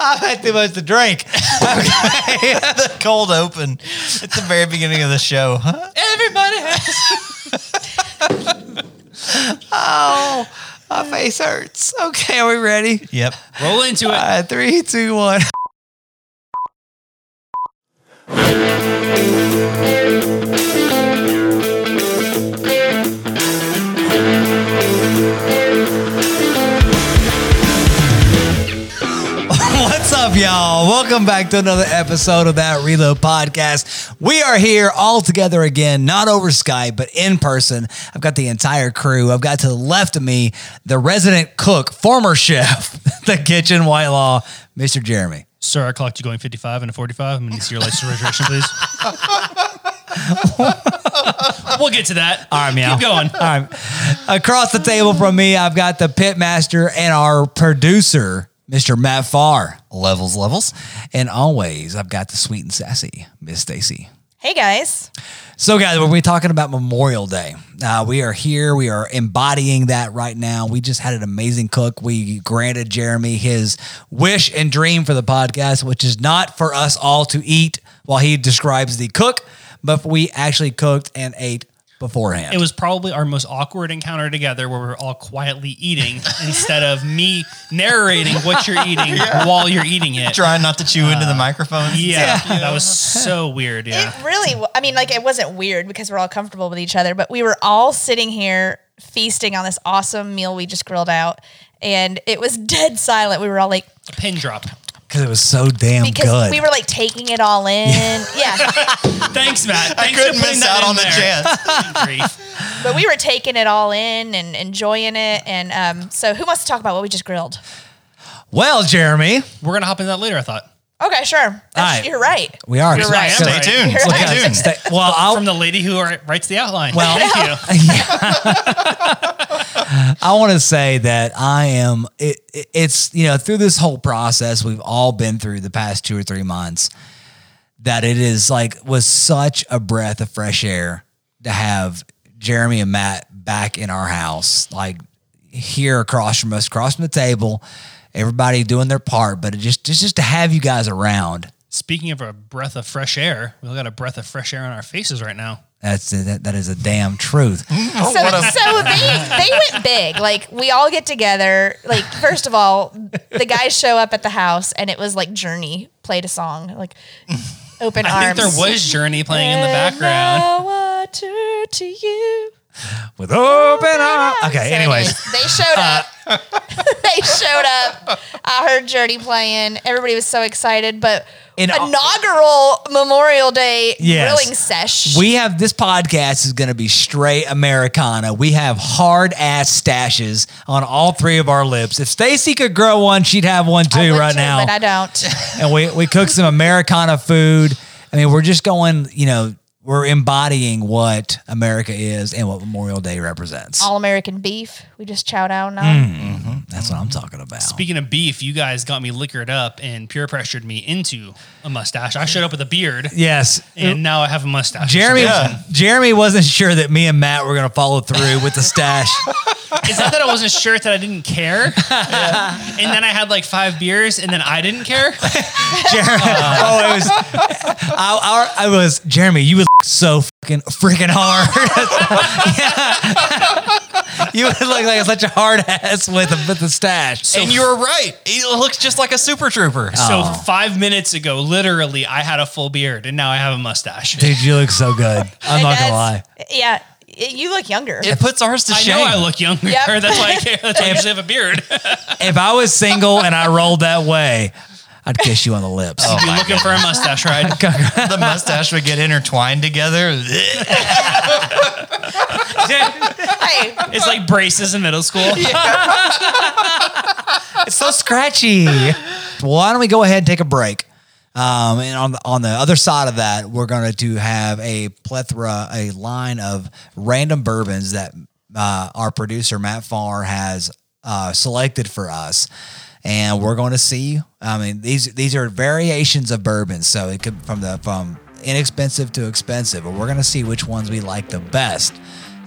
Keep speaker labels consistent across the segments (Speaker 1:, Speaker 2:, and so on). Speaker 1: I've had too much to drink. Okay. the cold open at the very beginning of the show.
Speaker 2: Everybody has.
Speaker 1: Oh, my face hurts. Okay, are we ready? Yep.
Speaker 2: Roll into it.
Speaker 1: Uh, three, two, one. What's up, y'all? Welcome back to another episode of that Reload podcast. We are here all together again, not over Skype, but in person. I've got the entire crew. I've got to the left of me the resident cook, former chef, the kitchen Whitelaw, Mr. Jeremy.
Speaker 3: Sir, I clocked you going 55 and a 45. I'm going to see your license registration, please. we'll get to that.
Speaker 1: All right, meow.
Speaker 3: Keep going.
Speaker 1: All right. Across the table from me, I've got the pitmaster and our producer, Mr. Matt Farr. Levels, levels. And always, I've got the sweet and sassy Miss Stacy.
Speaker 4: Hey guys.
Speaker 1: So, guys, we're talking about Memorial Day. Uh, we are here. We are embodying that right now. We just had an amazing cook. We granted Jeremy his wish and dream for the podcast, which is not for us all to eat while he describes the cook, but we actually cooked and ate beforehand.
Speaker 3: It was probably our most awkward encounter together where we were all quietly eating instead of me narrating what you're eating while you're eating it.
Speaker 5: trying not to chew into the microphone.
Speaker 3: Uh, Yeah, that was so weird. Yeah.
Speaker 4: It really w- I mean like it wasn't weird because we're all comfortable with each other, but we were all sitting here feasting on this awesome meal we just grilled out and it was dead silent. We were all like
Speaker 3: A pin drop.
Speaker 1: Because it was so damn
Speaker 4: because
Speaker 1: good.
Speaker 4: we were like taking it all in. yeah.
Speaker 3: Thanks, Matt. Thanks
Speaker 5: Couldn't
Speaker 3: for putting
Speaker 5: miss
Speaker 3: that
Speaker 5: out
Speaker 3: in
Speaker 5: on the
Speaker 3: there.
Speaker 5: chance.
Speaker 3: Grief.
Speaker 4: But we were taking it all in and enjoying it and um so who wants to talk about what we just grilled?
Speaker 1: well, Jeremy,
Speaker 3: We're going to hop into that later, I thought.
Speaker 4: Okay, sure. That's,
Speaker 1: right.
Speaker 4: You're right.
Speaker 1: we are.
Speaker 3: You're right,
Speaker 1: so-
Speaker 3: I'm
Speaker 5: Stay
Speaker 3: right.
Speaker 5: tuned.
Speaker 4: You're
Speaker 5: Stay
Speaker 4: right.
Speaker 5: tuned.
Speaker 1: Stay- well, I'll,
Speaker 3: From the lady who wri- writes the outline.
Speaker 1: Well-
Speaker 3: thank you.
Speaker 1: I want to say that I am. It, it- it's you know through this whole process we've all been through the past two or three months that it is like was such a breath of fresh air to have Jeremy and Matt back in our house, like here across from us, across from the table, everybody doing their part. But it just just just to have you guys around.
Speaker 3: Speaking of a breath of fresh air, we all got a breath of fresh air on our faces right now.
Speaker 1: That's that, that is a damn truth.
Speaker 4: So, so they they went big. Like we all get together. Like first of all, the guys show up at the house, and it was like Journey played a song, like Open
Speaker 3: I
Speaker 4: Arms.
Speaker 3: think there was Journey playing in the
Speaker 4: And
Speaker 3: background.
Speaker 4: now I turn to you.
Speaker 1: With open arms.
Speaker 4: So
Speaker 1: Ah, Okay.
Speaker 4: it
Speaker 1: Anyways, Uh,
Speaker 4: is. they showed up. they showed up. I heard Journey playing. Everybody was so excited, but.
Speaker 1: In-
Speaker 4: Inaugural Memorial Day
Speaker 1: Yes.
Speaker 4: grilling sesh.
Speaker 1: We have this podcast is going to be straight Americana. We have hard ass stashes on all three of our lips. If Stacy could grow one, she'd have one
Speaker 4: I
Speaker 1: too
Speaker 4: would
Speaker 1: right
Speaker 4: too,
Speaker 1: now.
Speaker 4: but I don't.
Speaker 1: and we we cook some Americana food. I mean, we're just going. You know, we're embodying what America is and what Memorial Day represents.
Speaker 4: All American beef. We just chow down on.
Speaker 1: That's what I'm talking about.
Speaker 3: Speaking of beef, you guys got me liquored up and peer pressured me into a mustache. I showed up with a beard,
Speaker 1: yes.
Speaker 3: and now I have a mustache.
Speaker 1: Jeremy,
Speaker 5: Yeah.
Speaker 1: Jeremy wasn't sure that me and Matt were going to follow through with the stash.
Speaker 3: It's not that I wasn't sure it's that I didn't care, and then I had like five beers, and then I didn't care.
Speaker 1: Jeremy. oh, it was. I, I, I was Jeremy. You would so fucking freaking hard. Yeah. You would look like such a hard ass with a, with a stash.
Speaker 5: and you were right. He looks just like a super trooper.
Speaker 3: So
Speaker 1: Oh.
Speaker 3: five minutes ago, literally, I had a full beard, and now I have a mustache.
Speaker 1: Dude, you look so good. I'm
Speaker 4: It
Speaker 1: not gonna
Speaker 4: does-
Speaker 1: lie.
Speaker 4: Yeah, y- you look younger.
Speaker 5: It puts ours to
Speaker 3: I
Speaker 5: shame.
Speaker 3: know I look younger.
Speaker 4: Yep.
Speaker 3: That's why I care. That's why I usually have a beard.
Speaker 1: If I was single and I rolled that way, I'd kiss you on the lips.
Speaker 3: you looking for a mustache, right?
Speaker 5: the mustache would get intertwined together. Blech.
Speaker 4: hey,
Speaker 3: It's like braces in middle school.
Speaker 1: It's so scratchy. Why don't we go ahead and take a break? Um, and on the, on the other side of that, we're going to have a plethora, a line of random bourbons that uh, our producer Matt Farr has uh, selected for us, and we're going to see. I mean these these are variations of bourbons, so it could from the from inexpensive to expensive, but we're going to see which ones we like the best.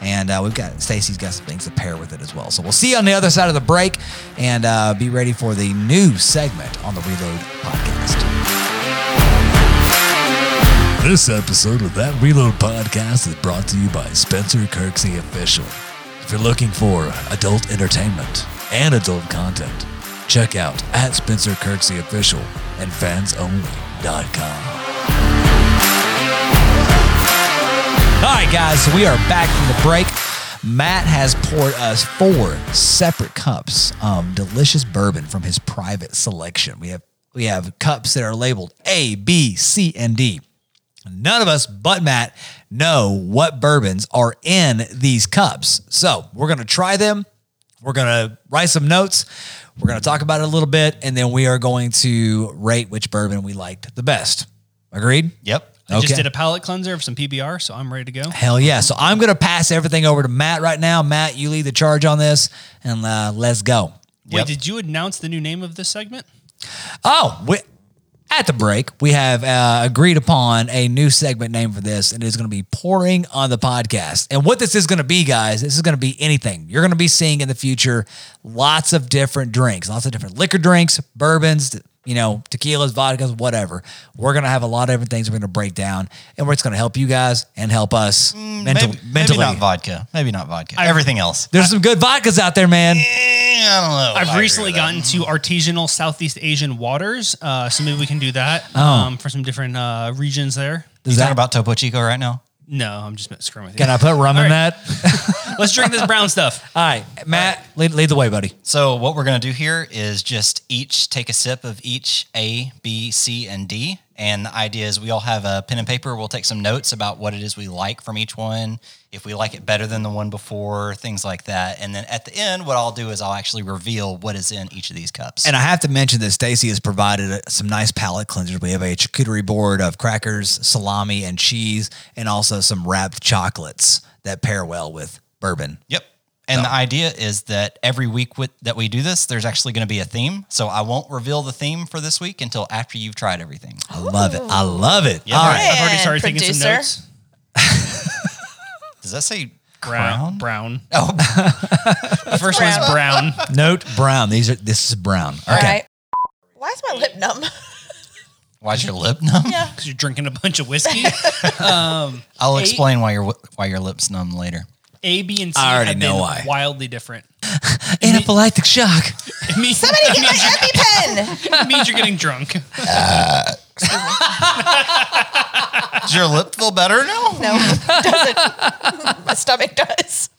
Speaker 1: And uh, we've got Stacy's got some things to pair with it as well. So we'll see you on the other side of the break, and uh, be ready for the new segment on the Reload Podcast. This episode of That Reload Podcast is brought to you by Spencer Kirksey Official. If you're looking for adult entertainment and adult content, check out at Spencer Kirksey Official and fansonly.com. All right, guys, so we are back from the break. Matt has poured us four separate cups of delicious bourbon from his private selection. We have we have cups that are labeled A, B, C, and D. None of us but Matt know what bourbons are in these cups. So we're gonna try them. We're gonna write some notes. We're gonna talk about it a little bit, and then we are going to rate which bourbon we liked the best. Agreed?
Speaker 5: Yep.
Speaker 3: I just
Speaker 1: Okay.
Speaker 3: did a palate cleanser of some PBR, so I'm ready to go.
Speaker 1: Hell yeah. So I'm going to pass everything over to Matt right now. Matt, you lead the charge on this and uh, let's go.
Speaker 5: Yep.
Speaker 3: Wait, did you announce the new name of this segment?
Speaker 1: Oh, we, at the break, we have uh, agreed upon a new segment name for this, and it is going to be pouring on the podcast. And what this is going to be, guys, this is going to be anything. You're going to be seeing in the future lots of different drinks, lots of different liquor drinks, bourbons. You know, tequilas, vodkas, whatever. We're gonna have a lot of different things we're gonna break down, and we're just gonna help you guys and help us mental,
Speaker 5: maybe,
Speaker 1: mentally.
Speaker 5: maybe not vodka. Maybe not vodka. Everything else.
Speaker 1: There's some good vodkas out there, man.
Speaker 5: Eh, I don't know. uh,
Speaker 3: I've
Speaker 5: I agree
Speaker 3: recently
Speaker 5: with that.
Speaker 3: gotten
Speaker 1: Mm.
Speaker 3: to artisanal Southeast Asian waters, uh, so maybe we can do that
Speaker 1: Oh.
Speaker 3: um, for some different uh, regions there.
Speaker 5: You
Speaker 1: Is that-
Speaker 5: talking about Topo Chico right now?
Speaker 3: No, I'm just screwing with you.
Speaker 1: Can I put rum in
Speaker 3: All right.
Speaker 1: that?
Speaker 3: Let's drink this brown stuff.
Speaker 1: All right, Matt, lead, lead the way, buddy.
Speaker 5: So what we're gonna do here is just each take a sip of each A, B, C, and D. And the idea is we all have a pen and paper. We'll take some notes about what it is we like from each one, if we like it better than the one before, things like that. And then at the end, what I'll do is I'll actually reveal what is in each of these cups.
Speaker 1: And I have to mention that Stacy has provided uh, some nice palate cleansers. We have a charcuterie board of crackers, salami, and cheese, and also some wrapped chocolates that pair well with bourbon.
Speaker 5: Yep. And the idea is that every week with, that we do this, there's actually going to be a theme. So I won't reveal the theme for this week until after you've tried everything.
Speaker 1: I love it. I love it.
Speaker 5: Yeah.
Speaker 1: All right.
Speaker 3: I've already started
Speaker 4: And
Speaker 3: taking some
Speaker 4: producer.
Speaker 3: notes.
Speaker 5: Does that say
Speaker 3: Brown,
Speaker 5: crown? Oh,
Speaker 3: brown.
Speaker 5: The first one's
Speaker 3: brown.
Speaker 4: Brown.
Speaker 1: Ah, Note brown. These are this is brown.
Speaker 4: All right. Why is my lip numb?
Speaker 5: Why's your lip numb?
Speaker 4: yeah.
Speaker 3: because you're drinking a bunch of whiskey.
Speaker 5: I'll
Speaker 3: Eight.
Speaker 5: explain why your wi- why your lips numb later.
Speaker 3: A, B, and C
Speaker 1: I already
Speaker 3: have
Speaker 1: know
Speaker 3: been
Speaker 1: why.
Speaker 3: wildly different.
Speaker 1: Anaphylactic shock.
Speaker 3: It means,
Speaker 4: Somebody get my EpiPen.
Speaker 3: it means you're getting drunk.
Speaker 5: Does your lip feel better now?
Speaker 4: No, it doesn't. My stomach does.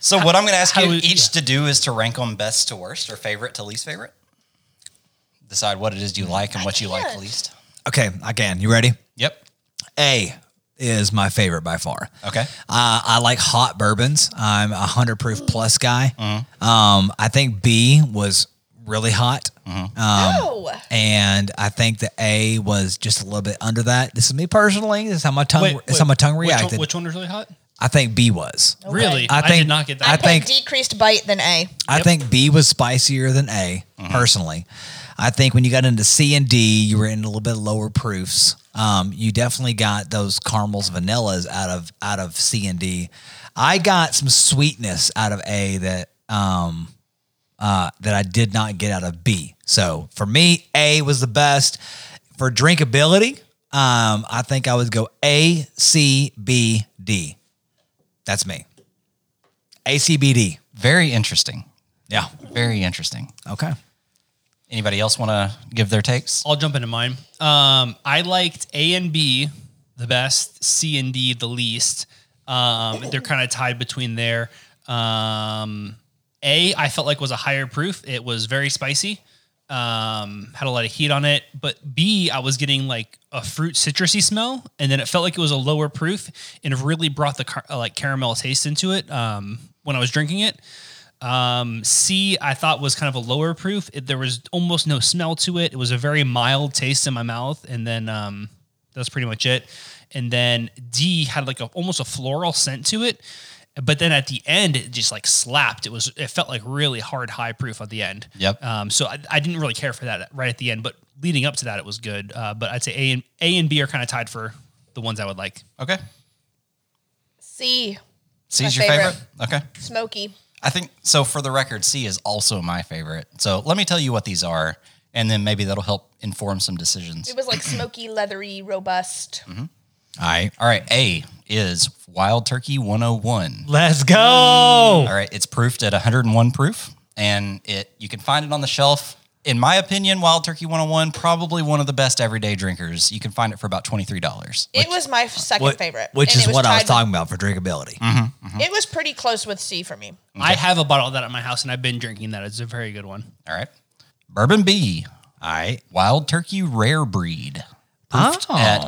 Speaker 5: So what I'm going to ask
Speaker 3: How
Speaker 5: you
Speaker 3: would-
Speaker 5: each to do is to rank them best to worst or favorite to least favorite. Decide what it is you like and what you like
Speaker 4: Mm, can't.
Speaker 5: least.
Speaker 1: Okay, I can. You ready?
Speaker 5: Yep.
Speaker 1: A is my favorite by far.
Speaker 5: Okay.
Speaker 4: Mm.
Speaker 1: Uh, I like hot bourbons. I'm a hundred proof plus guy.
Speaker 4: Mm-hmm.
Speaker 1: Um, I think B was really hot,
Speaker 4: Mm-hmm.
Speaker 1: Um,
Speaker 4: No.
Speaker 1: and I think the A was just a little bit under that. This is me personally. This is how my tongue. this is how my tongue
Speaker 3: which one-
Speaker 1: reacted.
Speaker 3: Which one, was really hot?
Speaker 1: I think B was.
Speaker 3: Really?
Speaker 1: I
Speaker 3: I,
Speaker 1: think-
Speaker 3: did not get
Speaker 1: I
Speaker 4: I
Speaker 3: that.
Speaker 4: think
Speaker 1: think-
Speaker 4: decreased bite than A.
Speaker 1: I think B was spicier than A personally. I think when you got into C and D, you were in a little bit lower proofs. Um, you definitely got those caramels, vanillas out of out of C and D. I got some sweetness out of A that um, uh, that I did not get out of B. So for me, A was the best for drinkability. Um, I think I would go A C B D. That's me. A C B D.
Speaker 5: Very interesting.
Speaker 1: Yeah.
Speaker 4: Mm.
Speaker 5: Very interesting.
Speaker 1: Okay.
Speaker 5: Anybody else want to give their takes?
Speaker 3: I'll jump into mine. Um, I liked A and B the best, C and D the least. Um, they're kind of tied between there. Um, a I felt like was a higher proof. It was very spicy. Um, had a lot of heat on it. But B I was getting like a fruit citrusy smell, and then it felt like it was a lower proof, and it really brought the car- uh, like caramel taste into it. Um, when I was drinking it. Um, C, I thought was kind of a lower proof. It, there was almost no smell to it. It was a very mild taste in my mouth, and then um, that's pretty much it. And then D had like a, almost a floral scent to it, but then at the end, it just like slapped. It was it felt like really hard high proof at the end.
Speaker 5: Yep.
Speaker 3: Um, so I, I didn't really care for that right at the end, but leading up to that, it was good. Uh, but I'd say A and A and B are kind of tied for the ones I would like.
Speaker 5: Okay.
Speaker 4: C.
Speaker 5: C
Speaker 4: my
Speaker 5: is your
Speaker 4: favorite.
Speaker 5: favorite? Okay.
Speaker 4: Smoky.
Speaker 5: I think so. For the record, C is also my favorite. So let me tell you what these are, and then maybe that'll help inform some decisions.
Speaker 4: It was like smoky, leathery, robust.
Speaker 1: Mm-hmm.
Speaker 5: All right. All right. A is Wild Turkey 101.
Speaker 1: Let's go.
Speaker 5: All right. It's proofed at 101 proof, and it you can find it on the shelf. In my opinion, Wild Turkey 101 probably one of the best everyday drinkers. You can find it for about twenty three dollars.
Speaker 4: It was my second
Speaker 1: What-
Speaker 4: favorite.
Speaker 1: Which
Speaker 4: and
Speaker 1: is
Speaker 4: it
Speaker 1: what I was
Speaker 4: tied
Speaker 1: talking about for drinkability.
Speaker 4: with- It was pretty close with C for me.
Speaker 3: I have a bottle of that at my house, and I've been drinking that. It's a very good one.
Speaker 5: All right. Bourbon B,
Speaker 1: All right.
Speaker 5: Wild Turkey Rare Breed. Proofed
Speaker 1: Oh.
Speaker 5: at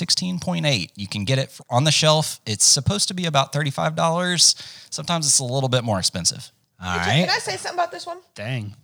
Speaker 5: 116.8. You can get it on the shelf. It's supposed to be about $35. Sometimes it's a little bit more expensive.
Speaker 1: All
Speaker 4: Did-
Speaker 1: right.
Speaker 4: Can I say something about this one?
Speaker 3: Dang.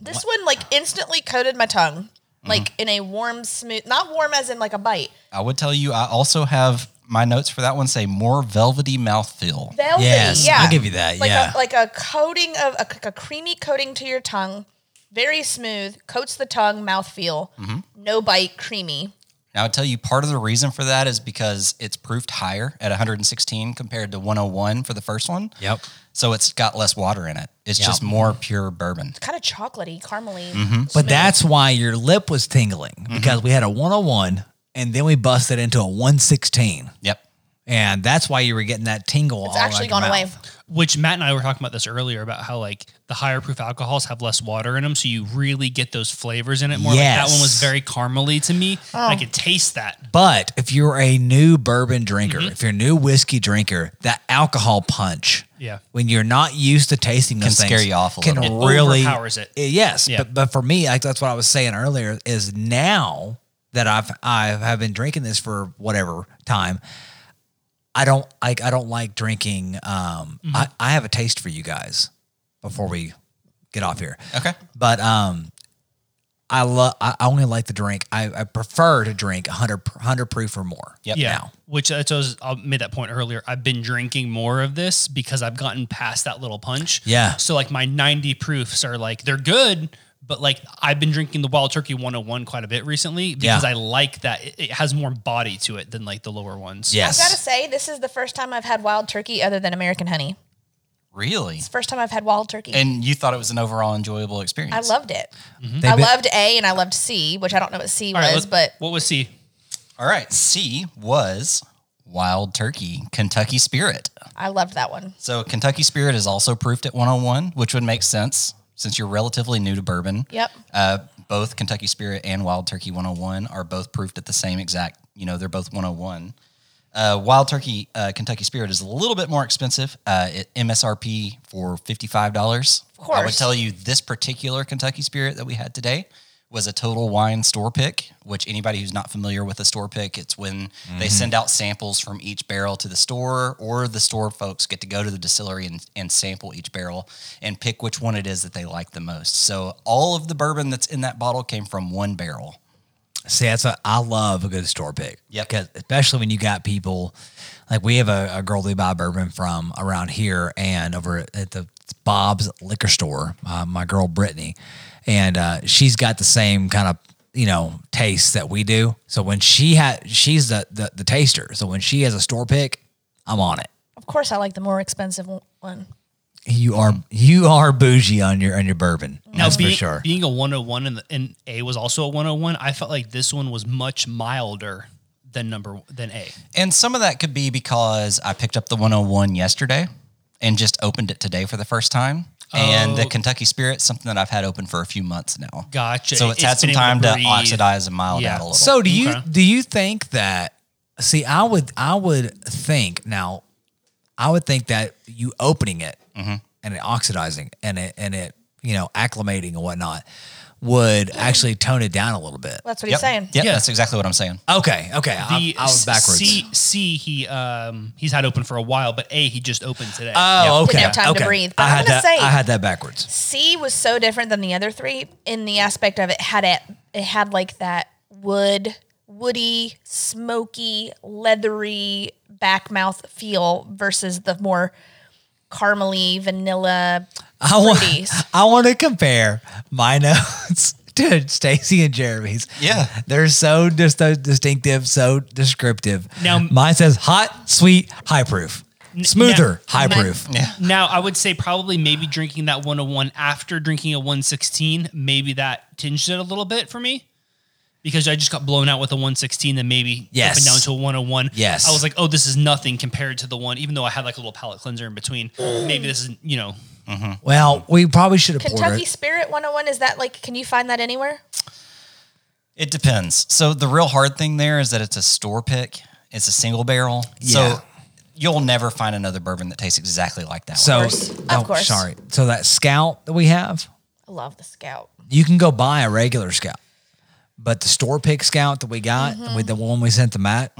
Speaker 4: This one like instantly coated my tongue,
Speaker 1: Mm-hmm.
Speaker 4: like in a warm, smooth, not warm as in like a bite,
Speaker 5: I would tell you, I also have my notes for that one say more velvety mouthfeel.
Speaker 4: velvety.
Speaker 1: Yes,
Speaker 4: yeah,
Speaker 1: I'll give you that,
Speaker 4: Like
Speaker 1: yeah.
Speaker 4: a, like a coating of a, like a creamy coating to your tongue, very smooth, coats the tongue, mouthfeel,
Speaker 1: Mm-hmm.
Speaker 4: no bite, creamy.
Speaker 5: Now, I would tell you part of the reason for that is because it's proofed higher at 116 compared to 101 for the first one.
Speaker 1: Yep.
Speaker 5: So it's got less water in it. It's
Speaker 1: Yeah.
Speaker 5: just more pure bourbon.
Speaker 4: kind of chocolatey, caramely.
Speaker 1: Mm-hmm. But that's why your lip was tingling because we had a 101 and then we busted into a 116.
Speaker 5: Yep.
Speaker 1: And that's why you were getting that tingle.
Speaker 4: It's actually gone away.
Speaker 3: Which Matt and I were talking about this earlier about how like the higher proof alcohols have less water in them, so you really get those flavors in it more. Like that one was
Speaker 1: Yes.
Speaker 3: very caramely to me. I could taste that.
Speaker 1: But if you're a new bourbon drinker,
Speaker 3: Mm-hmm.
Speaker 1: if you're a new whiskey drinker, that alcohol punch,
Speaker 3: Yeah.
Speaker 1: when you're not used to tasting those
Speaker 5: Can
Speaker 1: things,
Speaker 5: scare you off a
Speaker 1: can
Speaker 5: little
Speaker 3: bit. It
Speaker 1: really Eh,
Speaker 3: overpowers it.
Speaker 1: yes,
Speaker 3: Yeah.
Speaker 1: but, but for me, like that's what I was saying earlier. Is now that I've I have been drinking this for whatever time, I don't like I don't like drinking. Um,
Speaker 3: Mm-hmm.
Speaker 1: I I have a taste for you guys before we get off here.
Speaker 5: Okay.
Speaker 1: But um, I love. I I only like to drink. I, I prefer to drink 100, 100 proof or more.
Speaker 5: Yep.
Speaker 3: Yeah.
Speaker 1: Now.
Speaker 3: Which that's what I, was, I made that point earlier. I've been drinking more of this because I've gotten past that little punch.
Speaker 1: Yeah.
Speaker 3: So like my 90 proofs are like they're good, but like I've been drinking the Wild Turkey 101 quite a bit recently because
Speaker 1: Yeah.
Speaker 3: I like that it, it has more body to it than like the lower ones.
Speaker 1: Yes.
Speaker 4: I gotta say, this is the first time I've had wild turkey other than American honey.
Speaker 5: Really?
Speaker 4: First time I've had wild turkey.
Speaker 5: And you thought it was an overall enjoyable experience.
Speaker 4: I loved it.
Speaker 1: Mm-hmm. They've
Speaker 4: I
Speaker 1: been-
Speaker 4: loved A and I loved C, which I don't know what C
Speaker 3: All right,
Speaker 4: was,
Speaker 3: let-
Speaker 4: but
Speaker 3: what was C?
Speaker 5: All right. C was Wild Turkey, Kentucky Spirit.
Speaker 4: I loved that one.
Speaker 5: So Kentucky Spirit is also proofed at 101, which would make sense since you're relatively new to bourbon.
Speaker 4: Yep.
Speaker 5: Uh, both Kentucky Spirit and Wild Turkey 101 are both proofed at the same exact, you know, they're both 101. Uh, Wild Turkey uh, Kentucky Spirit is a little bit more expensive. Uh, it MSRP for $55. Of I would
Speaker 4: course.
Speaker 5: tell you this particular Kentucky Spirit that we had today was a total wine store pick, which anybody who's not familiar with a store pick, it's when they send out samples from each barrel to the store, or the store folks get to go to the distillery and, and sample each barrel and pick which one it is that they like the most. So all of the bourbon that's in that bottle came from one barrel.
Speaker 1: See, that's what I love a good store pick.
Speaker 5: Yep.
Speaker 1: Because especially when you got people like we have a, a girl they buy bourbon from around here and over at the Bob's liquor store, uh, my girl Brittany, and uh, she's got the same kind of you know taste that we do. So when she had, she's the, the the taster. So when she has a store pick, I'm on it.
Speaker 4: Of course, I like the more expensive one.
Speaker 1: You are you are bougie on your on your bourbon. that's
Speaker 3: being,
Speaker 1: for sure.
Speaker 3: Being a 101 and, the, and A was also a 101, I felt like this one was much milder than number than A.
Speaker 5: And some of that could be because I picked up the 101 yesterday and just opened it today for the first time. And
Speaker 3: Oh.
Speaker 5: the Kentucky Spirit, something that I've had open for a few months now.
Speaker 3: Gotcha.
Speaker 5: So it's,
Speaker 3: It's
Speaker 5: had some
Speaker 3: been able to
Speaker 5: time to,
Speaker 3: breathe.
Speaker 5: oxidize and mild
Speaker 3: Yeah.
Speaker 5: out a little.
Speaker 1: So do you
Speaker 3: Okay.
Speaker 1: do you think that see I would I would think now I would think that you opening it
Speaker 3: Mm-hmm.
Speaker 1: and it oxidizing and it and it you know acclimating and whatnot
Speaker 4: Mm.
Speaker 1: would actually tone it down a little bit.
Speaker 4: That's what
Speaker 5: Yep.
Speaker 4: he's saying.
Speaker 5: Yep,
Speaker 3: Yeah.
Speaker 5: that's exactly what I'm saying.
Speaker 1: Okay, okay, I,
Speaker 3: The
Speaker 1: I was backwards.
Speaker 3: C, C he um he's had open for a while, but A he just opened today.
Speaker 1: oh, okay.
Speaker 4: Didn't have time to
Speaker 1: okay.
Speaker 4: breathe, but
Speaker 1: I
Speaker 4: I'm
Speaker 1: had that.
Speaker 4: gonna say-
Speaker 1: I had that backwards.
Speaker 4: C was so different than the other three in the aspect of it had it it had like that wood woody smoky leathery back mouth feel versus the more caramely vanilla
Speaker 1: I want.
Speaker 4: fruities.
Speaker 1: I want to compare my notes to Stacy and Jeremy's.
Speaker 5: Yeah.
Speaker 1: they're so just so distinctive, so descriptive.
Speaker 3: Now-
Speaker 1: mine says hot, sweet, high proof. Smoother, high
Speaker 4: Mine-
Speaker 1: proof.
Speaker 3: Now, I would say probably maybe drinking that 101 after drinking a 116, maybe that tinged it a little bit for me because I just got blown out with a 116 and maybe
Speaker 1: Yes.
Speaker 3: up and down to a 101.
Speaker 1: Yes.
Speaker 3: I was like, oh, this is nothing compared to the one, even though I had like a little palate cleanser in between. Maybe this is, you know,
Speaker 1: Well, we probably should have poured
Speaker 4: Kentucky
Speaker 1: it.
Speaker 4: Spirit 101 is that like can you find that anywhere?
Speaker 5: It depends. So the real hard thing there is that it's a store pick. It's a single barrel.
Speaker 1: Yeah.
Speaker 5: So you'll never find another bourbon that tastes exactly like that.
Speaker 1: So,
Speaker 4: course. Of
Speaker 1: oh,
Speaker 4: course.
Speaker 1: sorry. So that scout that we have,
Speaker 4: I love the Scout.
Speaker 1: you can go buy a regular scout, but the store pick scout that we got
Speaker 4: Mm-hmm.
Speaker 1: with the one we sent to Matt,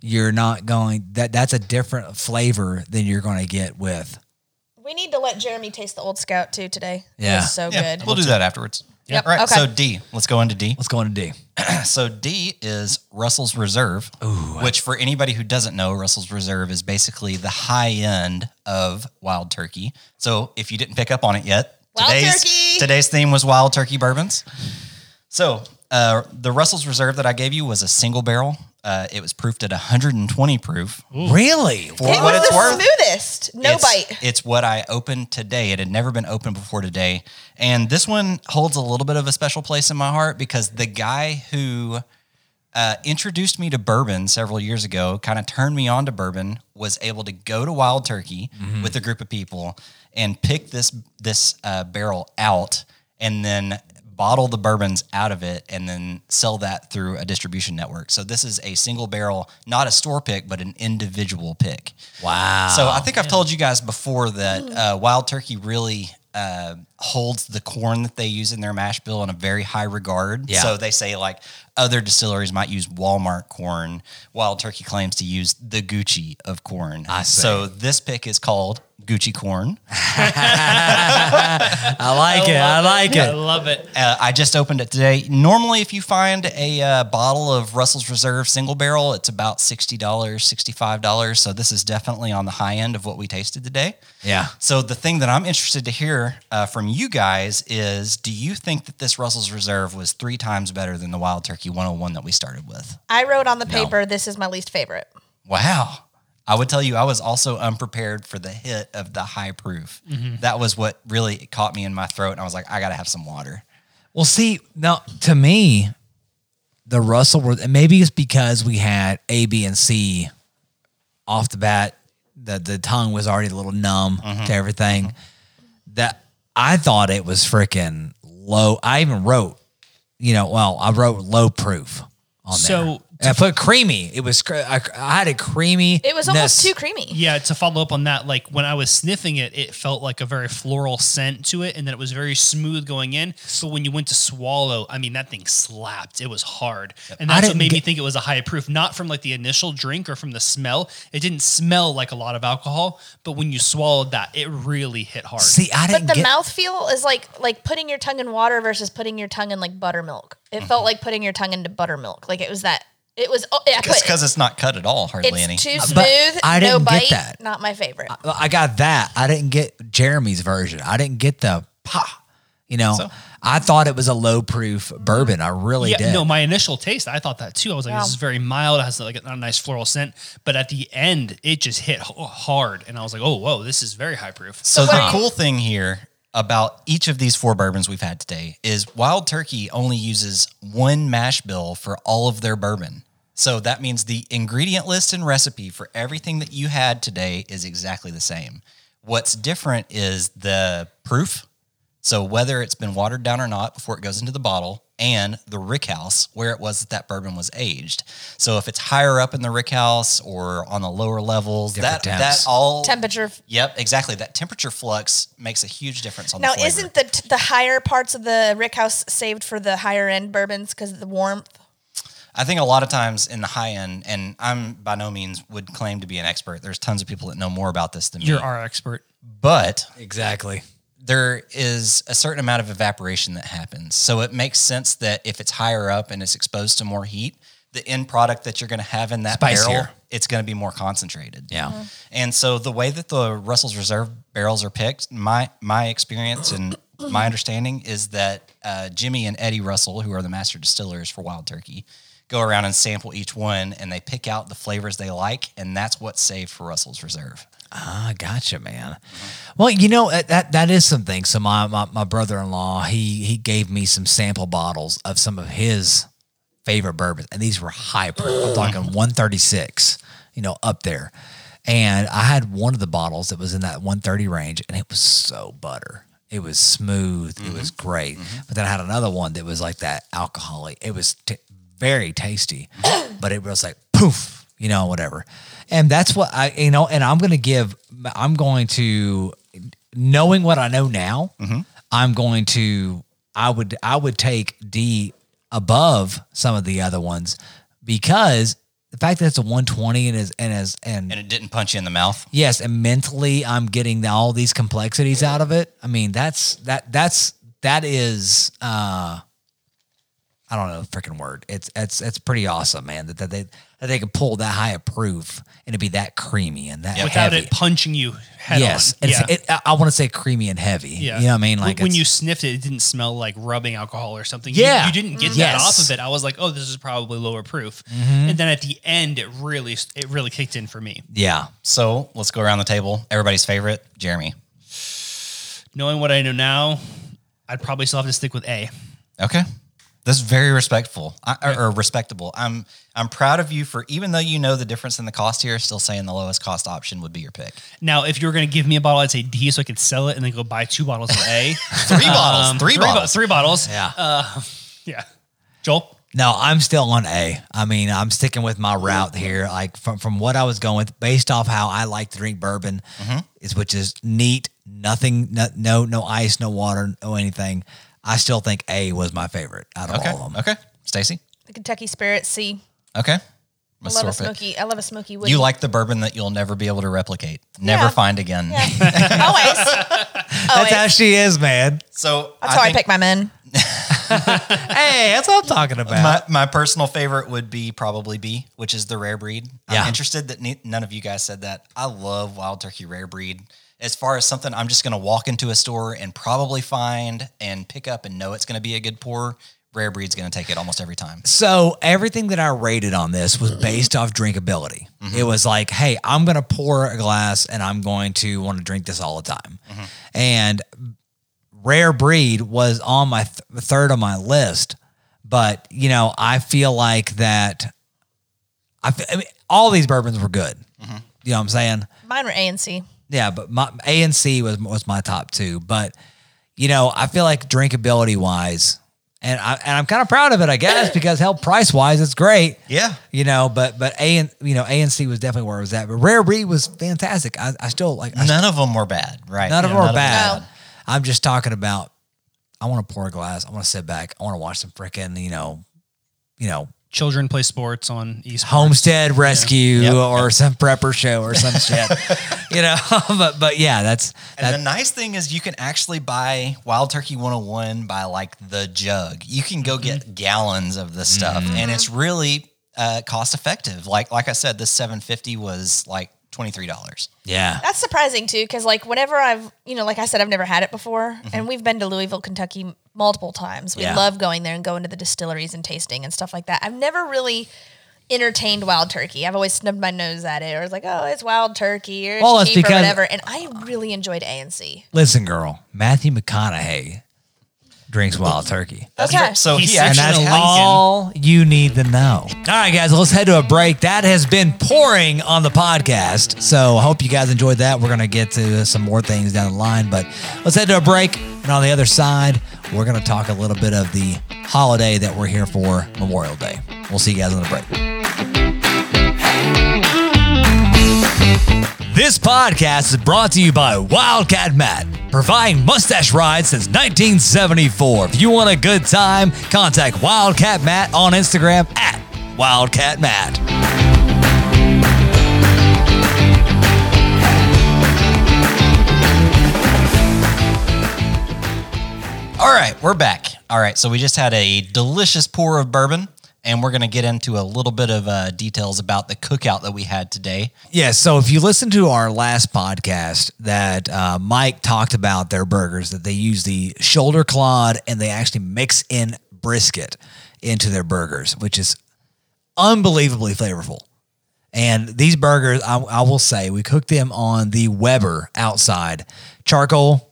Speaker 1: you're not going. That that's a different flavor than you're going to get with.
Speaker 4: We need to let Jeremy taste the old Scout too today.
Speaker 1: Yeah.
Speaker 4: It's so
Speaker 5: one. Yeah,
Speaker 4: Oh, good.
Speaker 5: We'll do that afterwards.
Speaker 4: Yep,
Speaker 5: All right.
Speaker 4: okay.
Speaker 5: So D. Let's go into D.
Speaker 1: Let's go into D.
Speaker 5: So D is Russell's Reserve, which for anybody who doesn't know, Russell's Reserve is basically the high end of wild turkey. So if you didn't pick up on it yet,
Speaker 4: Wild
Speaker 5: today's
Speaker 4: turkey!
Speaker 5: today's theme was wild turkey bourbons. So uh, the Russell's Reserve that I gave you was a single barrel. Uh, it was proofed at 120 proof.
Speaker 1: Really?
Speaker 5: For
Speaker 4: it
Speaker 5: what
Speaker 4: was
Speaker 5: it's
Speaker 4: the
Speaker 5: worth,
Speaker 4: smoothest. No
Speaker 5: it's,
Speaker 4: bite.
Speaker 5: It's what I opened today. It had never been opened before today. And this one holds a little bit of a special place in my heart because the guy who uh, introduced me to bourbon several years ago, kind of turned me on to bourbon, was able to go to Wild Turkey with a group of people and pick this this uh, barrel out and then bottle the bourbons out of it and then sell that through a distribution network. So this is a single barrel, not a store pick, but an individual pick.
Speaker 1: Wow.
Speaker 5: So I think I've told you guys before that uh, Wild Turkey really uh, holds the corn that they use in their mash bill in a very high regard.
Speaker 1: Yeah.
Speaker 5: So they say like other distilleries might use Walmart corn. Wild Turkey claims to use the Gucci of corn. I
Speaker 1: see.
Speaker 5: So this pick is called Gucci corn.
Speaker 1: I like it. I like
Speaker 3: I
Speaker 1: it.
Speaker 3: love it.
Speaker 5: Uh, I just opened it today. Normally, if you find a uh, bottle of Russell's Reserve single barrel, it's about sixty dollars, sixty-five dollars. So this is definitely on the high end of what we tasted today.
Speaker 1: Yeah.
Speaker 5: So the thing that I'm interested to hear uh, from you guys is, do you think that this Russell's Reserve was three times better than the Wild Turkey 101 that we started with?
Speaker 4: I wrote on the paper, this is my least favorite.
Speaker 5: Wow. I would tell you, I was also unprepared for the hit of the high proof. That was what really caught me in my throat, and I was like, I gotta have some water.
Speaker 1: Well, see, now to me, the Russell were and maybe it's because we had A, B, and C off the bat. The the tongue was already a little numb to everything. That I thought it was freaking low. I even wrote, you know, well, I wrote low proof on there.
Speaker 3: So-
Speaker 1: And I put creamy. It was. cr- I, I had a creamy.
Speaker 4: It was almost too creamy.
Speaker 3: Yeah, to follow up on that, like when I was sniffing it, it felt like a very floral scent to it, and then it was very smooth going in. So when you went to swallow, I mean, that thing slapped. It was hard, and
Speaker 1: I
Speaker 3: that's what
Speaker 1: didn't
Speaker 3: made me
Speaker 1: get-
Speaker 3: think it was a high proof, not from like the initial drink or from the smell. It didn't smell like a lot of alcohol, but when you swallowed that, it really hit hard.
Speaker 1: See, I
Speaker 4: But
Speaker 1: didn't
Speaker 4: the
Speaker 1: get.
Speaker 4: mouthfeel is like like putting your tongue in water versus putting your tongue in like buttermilk. It
Speaker 1: Mm-hmm.
Speaker 4: felt like putting your tongue into buttermilk. Like it was that. It was. Oh, yeah, I put,
Speaker 5: Because it's not cut at all, hardly any.
Speaker 4: it's too
Speaker 1: Uh, But
Speaker 4: smooth.
Speaker 1: I didn't
Speaker 4: no
Speaker 1: get
Speaker 4: bite.
Speaker 1: that. Uh,
Speaker 4: Not my favorite.
Speaker 1: I got that. I didn't get Jeremy's version. I didn't get the pa. You know,
Speaker 5: So?
Speaker 1: I thought it was a low proof bourbon. I really
Speaker 3: yeah,
Speaker 1: did.
Speaker 3: no, my initial taste, I thought that too. I was like,
Speaker 4: Wow.
Speaker 3: this is very mild. It has like a, a nice floral scent, but at the end, it just hit h- hard, and I was like, oh, whoa, this is very high proof.
Speaker 5: So
Speaker 4: what
Speaker 5: the
Speaker 4: are you-
Speaker 5: cool thing here about each of these four bourbons we've had today is Wild Turkey only uses one mash bill for all of their bourbon. So that means the ingredient list and recipe for everything that you had today is exactly the same. What's different is the proof. So whether it's been watered down or not before it goes into the bottle and the rick house where it was that that bourbon was aged. So if it's higher up in the rick house or on the lower levels,
Speaker 1: Different
Speaker 5: that
Speaker 1: temps.
Speaker 5: that all
Speaker 4: Temperature.
Speaker 5: Yep, exactly. That temperature flux makes a huge difference on
Speaker 4: Now,
Speaker 5: the flavor.
Speaker 4: isn't the the higher parts of the rickhouse saved for the higher end bourbons because of the warmth?
Speaker 5: I think a lot of times in the high end, and I'm by no means would claim to be an expert. There's tons of people that know more about this than
Speaker 3: You're
Speaker 5: me.
Speaker 3: our expert.
Speaker 5: But
Speaker 1: Exactly.
Speaker 5: there is a certain amount of evaporation that happens. So it makes sense that if it's higher up and it's exposed to more heat, the end product that you're going to have in that
Speaker 1: Spicier.
Speaker 5: barrel, it's going to be more concentrated.
Speaker 1: Yeah. Mhm.
Speaker 5: And so the way that the Russell's Reserve barrels are picked, my my experience and my understanding is that uh, Jimmy and Eddie Russell, who are the master distillers for Wild Turkey, go around and sample each one, and they pick out the flavors they like, and that's what's saved for Russell's Reserve.
Speaker 1: Ah, gotcha, man. Well, you know uh, that that is something. So my my, my brother in law he he gave me some sample bottles of some of his favorite bourbons, and these were hyper. I'm talking 136, you know, up there. And I had one of the bottles that was in that 130 range, and it was so butter. It was smooth. It was great. But then I had another one that was like that alcoholic. It was t- very tasty, but it was like poof, you know, whatever. And that's what I, you know, and I'm going to give, I'm going to, knowing what I know now, I'm going to, I would, I would take D above some of the other ones because the fact that it's a 120 and is, and is, and,
Speaker 5: and it didn't punch you in the mouth.
Speaker 1: yes, and mentally I'm getting all these complexities out of it. I mean, that's, that, that's, that is, uh, I don't know the freaking word. It's it's it's pretty awesome, man. That, that they that they could pull that high of proof and it'd be that creamy and that
Speaker 3: without
Speaker 1: heavy.
Speaker 3: it punching you head
Speaker 1: yes,
Speaker 3: on.
Speaker 1: it's, it, I, I want to say creamy and heavy.
Speaker 3: Yeah.
Speaker 1: you know what I mean.
Speaker 3: When-
Speaker 1: Like
Speaker 3: when
Speaker 1: it's-
Speaker 3: you sniffed it, it didn't smell like rubbing alcohol or something.
Speaker 1: Yeah.
Speaker 3: You, you didn't get that
Speaker 1: Yes. Mm-hmm.
Speaker 3: off of it. I was like, oh, this is probably lower proof. And then at the end, it really, it really kicked in for me.
Speaker 1: yeah,
Speaker 5: So let's go around the table. Everybody's favorite, Jeremy.
Speaker 3: Knowing what I know now, I'd probably still have to stick with A.
Speaker 5: Okay. That's very respectful I, or, or respectable. I'm I'm proud of you for even though you know the difference in the cost here, still saying the lowest cost option would be your pick.
Speaker 3: Now, if you were going to give me a bottle, I'd say D, so I could sell it and then go buy two bottles of A.
Speaker 5: Three bottles,
Speaker 3: Um,
Speaker 5: three,
Speaker 3: bo-
Speaker 5: bottles.
Speaker 3: three bottles.
Speaker 1: yeah.
Speaker 3: Yeah. Joel,
Speaker 1: No, I'm still on A. I mean, I'm sticking with my route here. Like from, from what I was going with, based off how I like to drink bourbon, is which is neat, nothing, no, no, no ice, no water, no anything. I still think A was my favorite out of all of
Speaker 5: Okay.
Speaker 1: them.
Speaker 5: Okay. Stacy.
Speaker 4: The Kentucky Spirit C.
Speaker 5: Okay.
Speaker 4: I
Speaker 5: Miss
Speaker 4: love a
Speaker 5: Sorfit.
Speaker 4: smoky. I love a smoky wood.
Speaker 5: You like the bourbon that you'll never be able to replicate, never
Speaker 4: Yeah.
Speaker 5: find again.
Speaker 4: always.
Speaker 1: That's
Speaker 4: always.
Speaker 1: how she is, man.
Speaker 5: So
Speaker 4: That's how I
Speaker 5: think
Speaker 4: pick my men.
Speaker 1: Hey, that's what I'm talking about.
Speaker 5: My, my personal favorite would be probably B, which is the rare breed.
Speaker 1: Yeah.
Speaker 5: I'm interested that ne- none of you guys said that. I love wild turkey rare breed. As far as something I'm just going to walk into a store and probably find and pick up and know it's going to be a good pour, rare breed's going to take it almost every time.
Speaker 1: So everything that I rated on this was based off drinkability. It was like, hey, I'm going to pour a glass and I'm going to want to drink this all the time. And Rare Breed was on my th- third on my list, but you know, I feel like that. I, f- I mean, all these bourbons were good. You know what I'm saying?
Speaker 4: Mine were A and C.
Speaker 1: Yeah, but my A and C was was my top two. But you know, I feel like drinkability wise, and I and I'm kind of proud of it, I guess, because hell, price wise, it's great.
Speaker 5: Yeah.
Speaker 1: You know, but but A and you know A and C was definitely where it was at. But Rare Breed was fantastic. I, I still like I,
Speaker 5: None of them were bad, right?
Speaker 1: none of them are bad.
Speaker 4: No.
Speaker 1: I'm just talking about. I want to pour a glass. I want to sit back. I want to watch some freaking you know, you know,
Speaker 3: children play sports on East.
Speaker 1: homestead rescue
Speaker 5: Yep.
Speaker 1: or some prepper show or some shit. You know, but but yeah, that's
Speaker 5: And the nice thing is you can actually buy Wild Turkey 101 by like the jug. You can go get gallons of this stuff and it's really uh, cost effective. Like like I said, this 750 was like $23.
Speaker 1: yeah.
Speaker 4: That's surprising too, because like whenever I've, you know, like I said, I've never had it before, and we've been to Louisville, Kentucky multiple times. We
Speaker 1: Mm-hmm. Yeah.
Speaker 4: love going there and going to the distilleries and tasting and stuff like that. I've never really entertained wild turkey. I've always snubbed my nose at it, or was like, oh, it's wild turkey, or it's
Speaker 1: Well, it's
Speaker 4: cheap
Speaker 1: because-
Speaker 4: or whatever. And I really enjoyed A and C.
Speaker 1: Listen, girl, Matthew McConaughey drinks wild turkey.
Speaker 4: Okay,
Speaker 5: So
Speaker 3: He's
Speaker 5: he
Speaker 3: such
Speaker 1: And
Speaker 5: actually
Speaker 1: that's
Speaker 3: Lincoln.
Speaker 1: all you need to know. All right, guys, let's head to a break. That has been pouring on the podcast. So I hope you guys enjoyed that. We're going to get to some more things down the line, but let's head to a break. And on the other side, we're going to talk a little bit of the holiday that we're here for, Memorial Day. We'll see you guys on the break. This podcast is brought to you by Wildcat Matt, providing mustache rides since 1974. If you want a good time, contact Wildcat Matt on Instagram at Wildcat Matt.
Speaker 5: All right, we're back. All right, so we just had a delicious pour of bourbon, and we're going to get into a little bit of uh, details about the cookout that we had today.
Speaker 1: Yeah, so if you listen to our last podcast, that uh, Mike talked about their burgers that they use the shoulder clod and they actually mix in brisket into their burgers, which is unbelievably flavorful. And these burgers, I, I will say, we cooked them on the Weber outside, charcoal,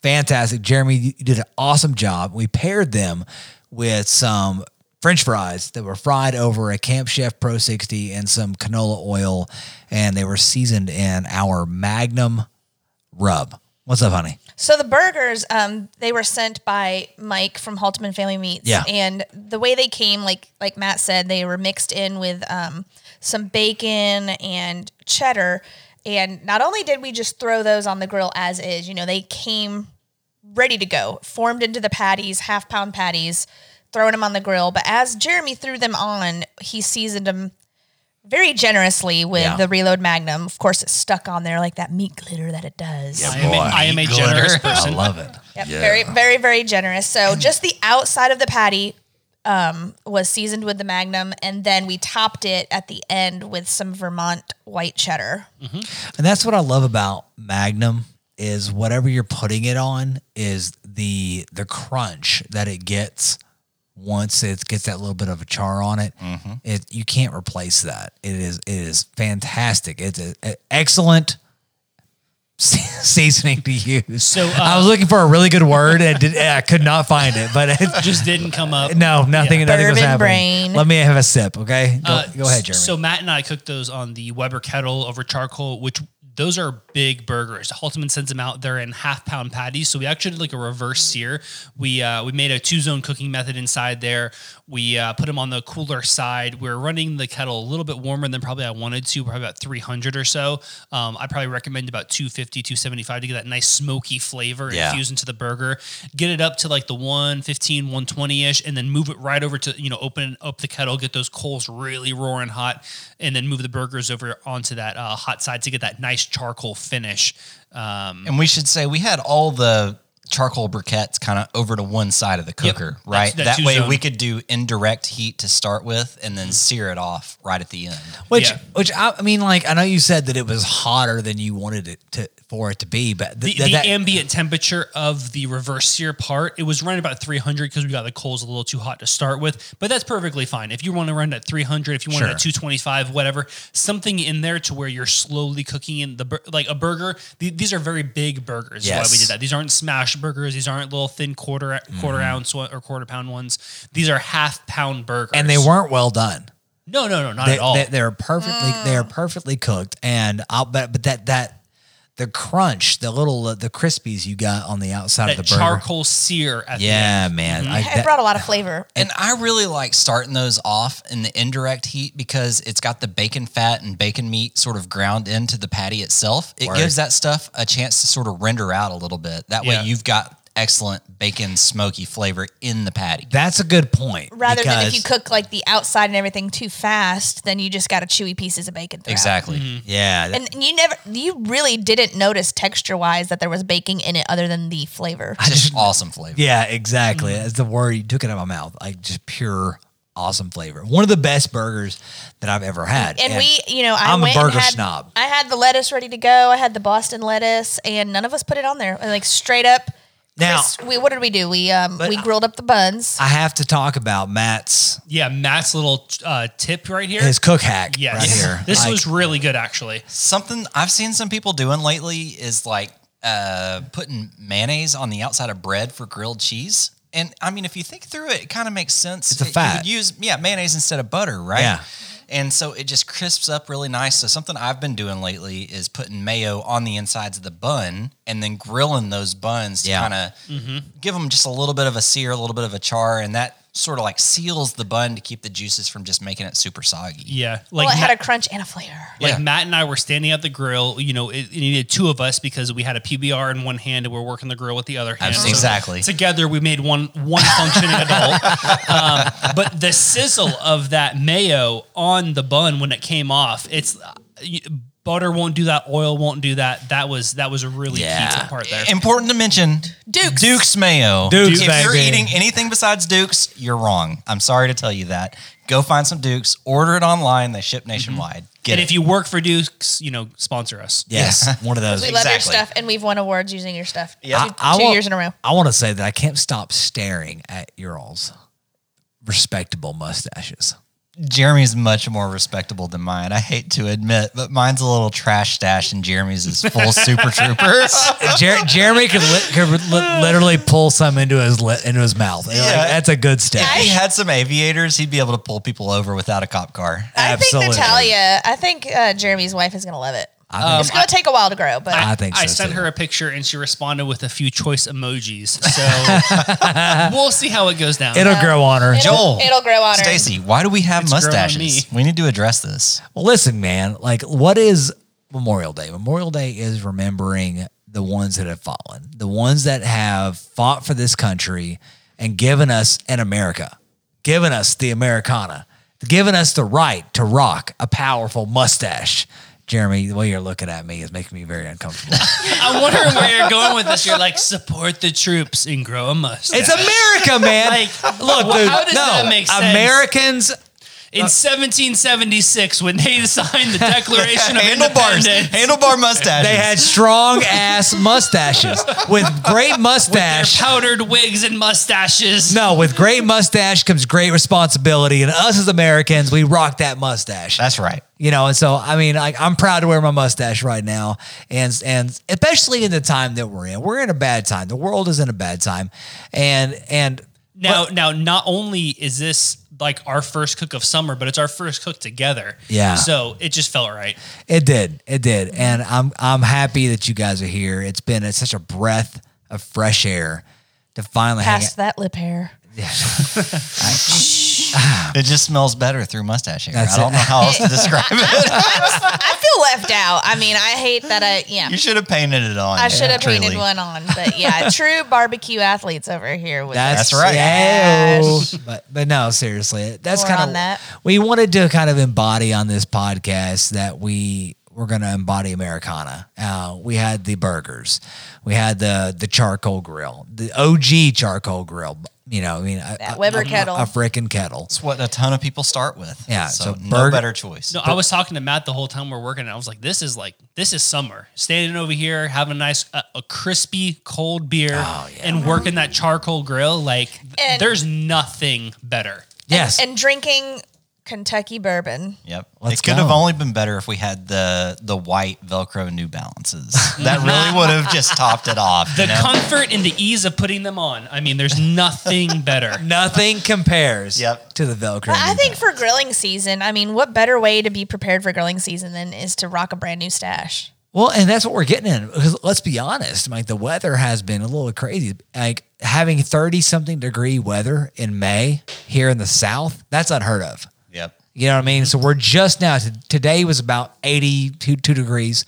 Speaker 1: fantastic. Jeremy, you you did an awesome job. We paired them with some French fries that were fried over a Camp Chef Pro 60 and some canola oil, and they were seasoned in our Magnum rub. What's up, honey?
Speaker 4: So the burgers, um, they were sent by Mike from Haltman Family Meats.
Speaker 1: Yeah.
Speaker 4: And the way they came, like like Matt said, they were mixed in with um, some bacon and cheddar. And not only did we just throw those on the grill as is, you know, they came ready to go, formed into the patties, half pound patties, throwing them on the grill. But as Jeremy threw them on, he seasoned them very generously with
Speaker 1: Yeah.
Speaker 4: the Reload Magnum. Of course, it's stuck on there like that meat glitter that it does.
Speaker 3: I am, a, I am a generous person.
Speaker 5: I love it.
Speaker 4: Yep,
Speaker 6: Yeah.
Speaker 4: Very, very, very generous.
Speaker 1: Mm.
Speaker 4: So just the outside of the patty um, was seasoned with the Magnum, and then we topped it at the end with some Vermont white cheddar.
Speaker 1: Mm, And that's what I love about Magnum is whatever you're putting it on is the the crunch that it gets once it gets that little bit of a char on it. It you can't replace that. It is it is fantastic. It's a, a excellent se- seasoning to use.
Speaker 3: So, uh,
Speaker 1: I was looking for a really good word and I, did, I could not find it, but it,
Speaker 3: Just didn't come up.
Speaker 1: no, nothing nothing was
Speaker 4: Bourbon
Speaker 1: happening.
Speaker 4: brain.
Speaker 1: Let me have a sip, okay? Go,
Speaker 3: Uh,
Speaker 1: go ahead,
Speaker 3: s-
Speaker 1: Jeremy.
Speaker 3: So Matt and I cooked those on the Weber kettle over charcoal, which those are big burgers. Haltman sends them out. They're in half pound patties. So we actually did like a reverse sear. We uh, we made a two zone cooking method inside there. We uh, put them on the cooler side. We are running the kettle a little bit warmer than probably I wanted to, probably about 300 or so. Um, I probably recommend about 250, 275 to get that nice smoky flavor
Speaker 5: Yeah.
Speaker 3: infused into the burger. Get it up to like the 115, 120 ish, and then move it right over to, you know, open up the kettle, get those coals really roaring hot, and then move the burgers over onto that uh, hot side to get that nice charcoal finish. Um,
Speaker 5: And we should say we had all the charcoal briquettes kind of over to one side of the cooker,
Speaker 3: That's-
Speaker 5: right?
Speaker 3: that's
Speaker 5: that way
Speaker 3: two-zone.
Speaker 5: we could do indirect heat to start with and then sear it off right at the end.
Speaker 1: Which,
Speaker 3: Yeah.
Speaker 1: which I, I mean, like I know you said that it was hotter than you wanted it to for it to be, but
Speaker 3: the,
Speaker 1: th-
Speaker 3: the
Speaker 1: th- that-
Speaker 3: ambient temperature of the reverse sear part, it was running about 300 because we got the coals a little too hot to start with, but that's perfectly fine. If you want to run it at 300, if you want it at 225, whatever, something in there to where you're slowly cooking in the, bur- like a burger. The- these are very big burgers. is Why we
Speaker 1: Yes. Mm-hmm.
Speaker 3: did that. These aren't smash burgers. These aren't little thin quarter, quarter ounce one- or quarter pound ones. These are half pound burgers.
Speaker 1: and they weren't well done.
Speaker 3: no, no, no, not
Speaker 1: They,
Speaker 3: at all.
Speaker 1: they, they're perfectly,
Speaker 4: Mm.
Speaker 1: they're perfectly cooked, and I'll bet, but that that the crunch, the little uh, the crispies you got on the outside
Speaker 3: that
Speaker 1: of the burger,
Speaker 3: charcoal Mm-hmm. sear at the end.
Speaker 1: yeah, man, I,
Speaker 4: It
Speaker 1: that-
Speaker 4: brought a lot of flavor.
Speaker 5: And I really like starting those off in the indirect heat because it's got the bacon fat and bacon meat sort of ground into the patty itself. It
Speaker 1: Word.
Speaker 5: gives that stuff a chance to sort of render out a little bit. That way
Speaker 3: Yeah.
Speaker 5: you've got excellent bacon smoky flavor in the patty.
Speaker 1: that's a good point.
Speaker 4: Rather than if
Speaker 1: because-
Speaker 4: you cook like the outside and everything too fast, then you just got a chewy pieces of bacon. Throughout.
Speaker 5: Exactly.
Speaker 3: Mm-hmm.
Speaker 1: yeah, that-
Speaker 4: And you never, you really didn't notice texture wise that there was baking in it other than the flavor.
Speaker 5: Just awesome flavor.
Speaker 1: Yeah, exactly.
Speaker 4: Mm.
Speaker 1: That's the word you took it out of my mouth. Like just pure awesome flavor. One of the best burgers that I've ever had.
Speaker 4: And, we, you know, I
Speaker 1: I'm a
Speaker 4: went and
Speaker 1: burger
Speaker 4: had,
Speaker 1: snob.
Speaker 4: I had the lettuce ready to go. I had the Boston lettuce, and none of us put it on there. And, Like straight up.
Speaker 1: Now-
Speaker 4: crisp- we what did we do? We um we grilled up the buns.
Speaker 1: I have to talk about Matt's
Speaker 3: Yeah, Matt's little uh, tip right here.
Speaker 1: his cook hack
Speaker 3: Yes.
Speaker 1: right here.
Speaker 3: This
Speaker 1: Like,
Speaker 3: was really good, actually.
Speaker 5: Something I've seen some people doing lately is like uh, putting mayonnaise on the outside of bread for grilled cheese. And I mean, if you think through it, it kind of makes sense.
Speaker 1: It's a
Speaker 5: It- You
Speaker 1: fat.
Speaker 5: could use yeah mayonnaise instead of butter, right?
Speaker 1: Yeah.
Speaker 5: And so it just crisps up really nice. So something I've been doing lately is putting mayo on the insides of the bun and then grilling those buns to
Speaker 1: Yeah.
Speaker 5: kind of give them just a little bit of a sear, a little bit of a char, and that sort of like seals the bun to keep the juices from just making it super soggy.
Speaker 3: Yeah, like
Speaker 4: well, it had
Speaker 3: Matt,
Speaker 4: a crunch and a flavor.
Speaker 3: like
Speaker 5: Yeah.
Speaker 3: Matt and I were standing at the grill. You know, it, it needed two of us because we had a PBR in one hand and we are working the grill with the other hand.
Speaker 5: Absolutely. Exactly.
Speaker 3: Together, we made one one functioning adult. Um, but the sizzle of that mayo on the bun when it came off, it's uh, you- butter won't do that. Oil won't do that. That was that was a really key to the part there.
Speaker 5: Important to mention
Speaker 4: Dukes.
Speaker 5: Duke's mayo.
Speaker 1: Duke's,
Speaker 5: If you're
Speaker 1: baby.
Speaker 5: eating anything besides Duke's, you're wrong. I'm sorry to tell you that. Go find some Duke's, order it online. They ship nationwide. Get
Speaker 3: Mm-hmm. And
Speaker 5: it.
Speaker 3: if you work for Duke's, you know, sponsor us.
Speaker 1: yes, one of those.
Speaker 4: We love your
Speaker 5: Exactly.
Speaker 4: stuff, and we've won awards using your stuff.
Speaker 1: I-
Speaker 4: Two,
Speaker 1: I
Speaker 4: two
Speaker 1: wa-
Speaker 4: years in a row.
Speaker 1: I want to say that I can't stop staring at your all's respectable mustaches.
Speaker 5: Jeremy's much more respectable than mine. I hate to admit, but mine's a little trash stash, and Jeremy's is full super troopers.
Speaker 1: Jer- Jeremy could, li- could li- literally pull some into his li- into his mouth. Like,
Speaker 5: Yeah.
Speaker 1: that's a good step.
Speaker 5: If he had some aviators, he'd be able to pull people over without a cop car.
Speaker 4: I think
Speaker 1: Absolutely.
Speaker 4: Natalia, I think uh, Jeremy's wife is going to love it.
Speaker 1: I
Speaker 4: it's going to take a while to grow, but
Speaker 1: I think
Speaker 3: I
Speaker 1: so,
Speaker 3: sent
Speaker 1: too.
Speaker 3: her a picture and she responded with a few choice emojis. So we'll see how it goes down.
Speaker 1: It'll grow on her.
Speaker 4: It'll-
Speaker 5: Joel,
Speaker 4: it'll grow on her.
Speaker 5: Stacy, why do we have
Speaker 3: It's grown on
Speaker 5: mustaches? We need to address this.
Speaker 1: Well, listen, man, like what is Memorial Day? Memorial Day is remembering the ones that have fallen, the ones that have fought for this country and given us an America, given us the Americana, given us the right to rock a powerful mustache. Jeremy, the way you're looking at me is making me very uncomfortable.
Speaker 3: I wonder where you're going with this. You're like, support the troops and grow a mustache.
Speaker 1: it's America, man.
Speaker 3: Like,
Speaker 1: Look,
Speaker 3: wh-
Speaker 1: dude,
Speaker 3: how does
Speaker 1: no,
Speaker 3: that make sense?
Speaker 1: Americans
Speaker 3: In 1776, when they signed the Declaration of
Speaker 5: Handlebars,
Speaker 3: Independence,
Speaker 5: handlebar mustaches.
Speaker 1: they had strong ass mustaches with great
Speaker 3: their
Speaker 1: mustache.
Speaker 3: powdered wigs and mustaches.
Speaker 1: No, with great mustache comes great responsibility, and us as Americans, we rock that mustache.
Speaker 5: That's right.
Speaker 1: you know, and so I mean, like I'm proud to wear my mustache right now, and and especially in the time that we're in, we're in a bad time. The world is in a bad time, and and
Speaker 3: Now, now, not only is this like our first cook of summer, but it's our first cook together.
Speaker 1: Yeah.
Speaker 3: So it just felt right.
Speaker 1: It did. It did. And I'm I'm happy that you guys are here. It's been it's such a breath of fresh air to finally hang
Speaker 4: past that lip hair.
Speaker 5: It just smells better through mustache hair.
Speaker 1: That's
Speaker 5: I don't
Speaker 1: it.
Speaker 5: know how else to describe it.
Speaker 4: I feel left out. I mean, I hate that I, yeah.
Speaker 5: You should have painted it on.
Speaker 4: I should have painted
Speaker 5: truly.
Speaker 4: one on, but yeah, true barbecue athletes over here. With
Speaker 1: That's,
Speaker 5: That's right.
Speaker 1: yeah. But but no, seriously, that's
Speaker 4: More
Speaker 1: kind
Speaker 4: on
Speaker 1: of
Speaker 4: that.
Speaker 1: we wanted to kind of embody on this podcast that we we're gonna embody Americana. Uh, we had the burgers, we had the the charcoal grill, the OG charcoal grill. You know, I mean, a-
Speaker 4: That
Speaker 1: a-
Speaker 4: Weber
Speaker 1: a-
Speaker 4: kettle.
Speaker 1: a freaking kettle.
Speaker 5: It's what a ton of people start with.
Speaker 1: Yeah,
Speaker 5: So,
Speaker 1: so
Speaker 5: no
Speaker 1: burger-
Speaker 5: better choice.
Speaker 3: No, I was talking to Matt the whole time we are working, and I was like, "This is like this is summer. Standing over here, having a nice, a, a crispy cold beer, and working that charcoal grill. Like, th-
Speaker 4: And-
Speaker 3: there's nothing better."
Speaker 1: Yes,
Speaker 4: and drinking Kentucky bourbon.
Speaker 5: Yep.
Speaker 1: Let's
Speaker 5: it could have
Speaker 1: go.
Speaker 5: only been better if we had the the white Velcro New Balances. that really would have just topped it off.
Speaker 3: The
Speaker 5: you know?
Speaker 3: comfort and the ease of putting them on. I mean, there's nothing better.
Speaker 1: nothing compares.
Speaker 5: Yep.
Speaker 1: to the Velcro.
Speaker 4: But I
Speaker 1: New
Speaker 4: think
Speaker 1: Balance.
Speaker 4: for grilling season, I mean, what better way to be prepared for grilling season than is to rock a brand new stash?
Speaker 1: Well, and that's what we're getting in. Because let's be honest, like the weather has been a little crazy. Like having thirty something degree weather in May here in the South, that's unheard of.
Speaker 5: yep.
Speaker 1: You know what I mean? So we're just now. t- Today was about eighty two two degrees,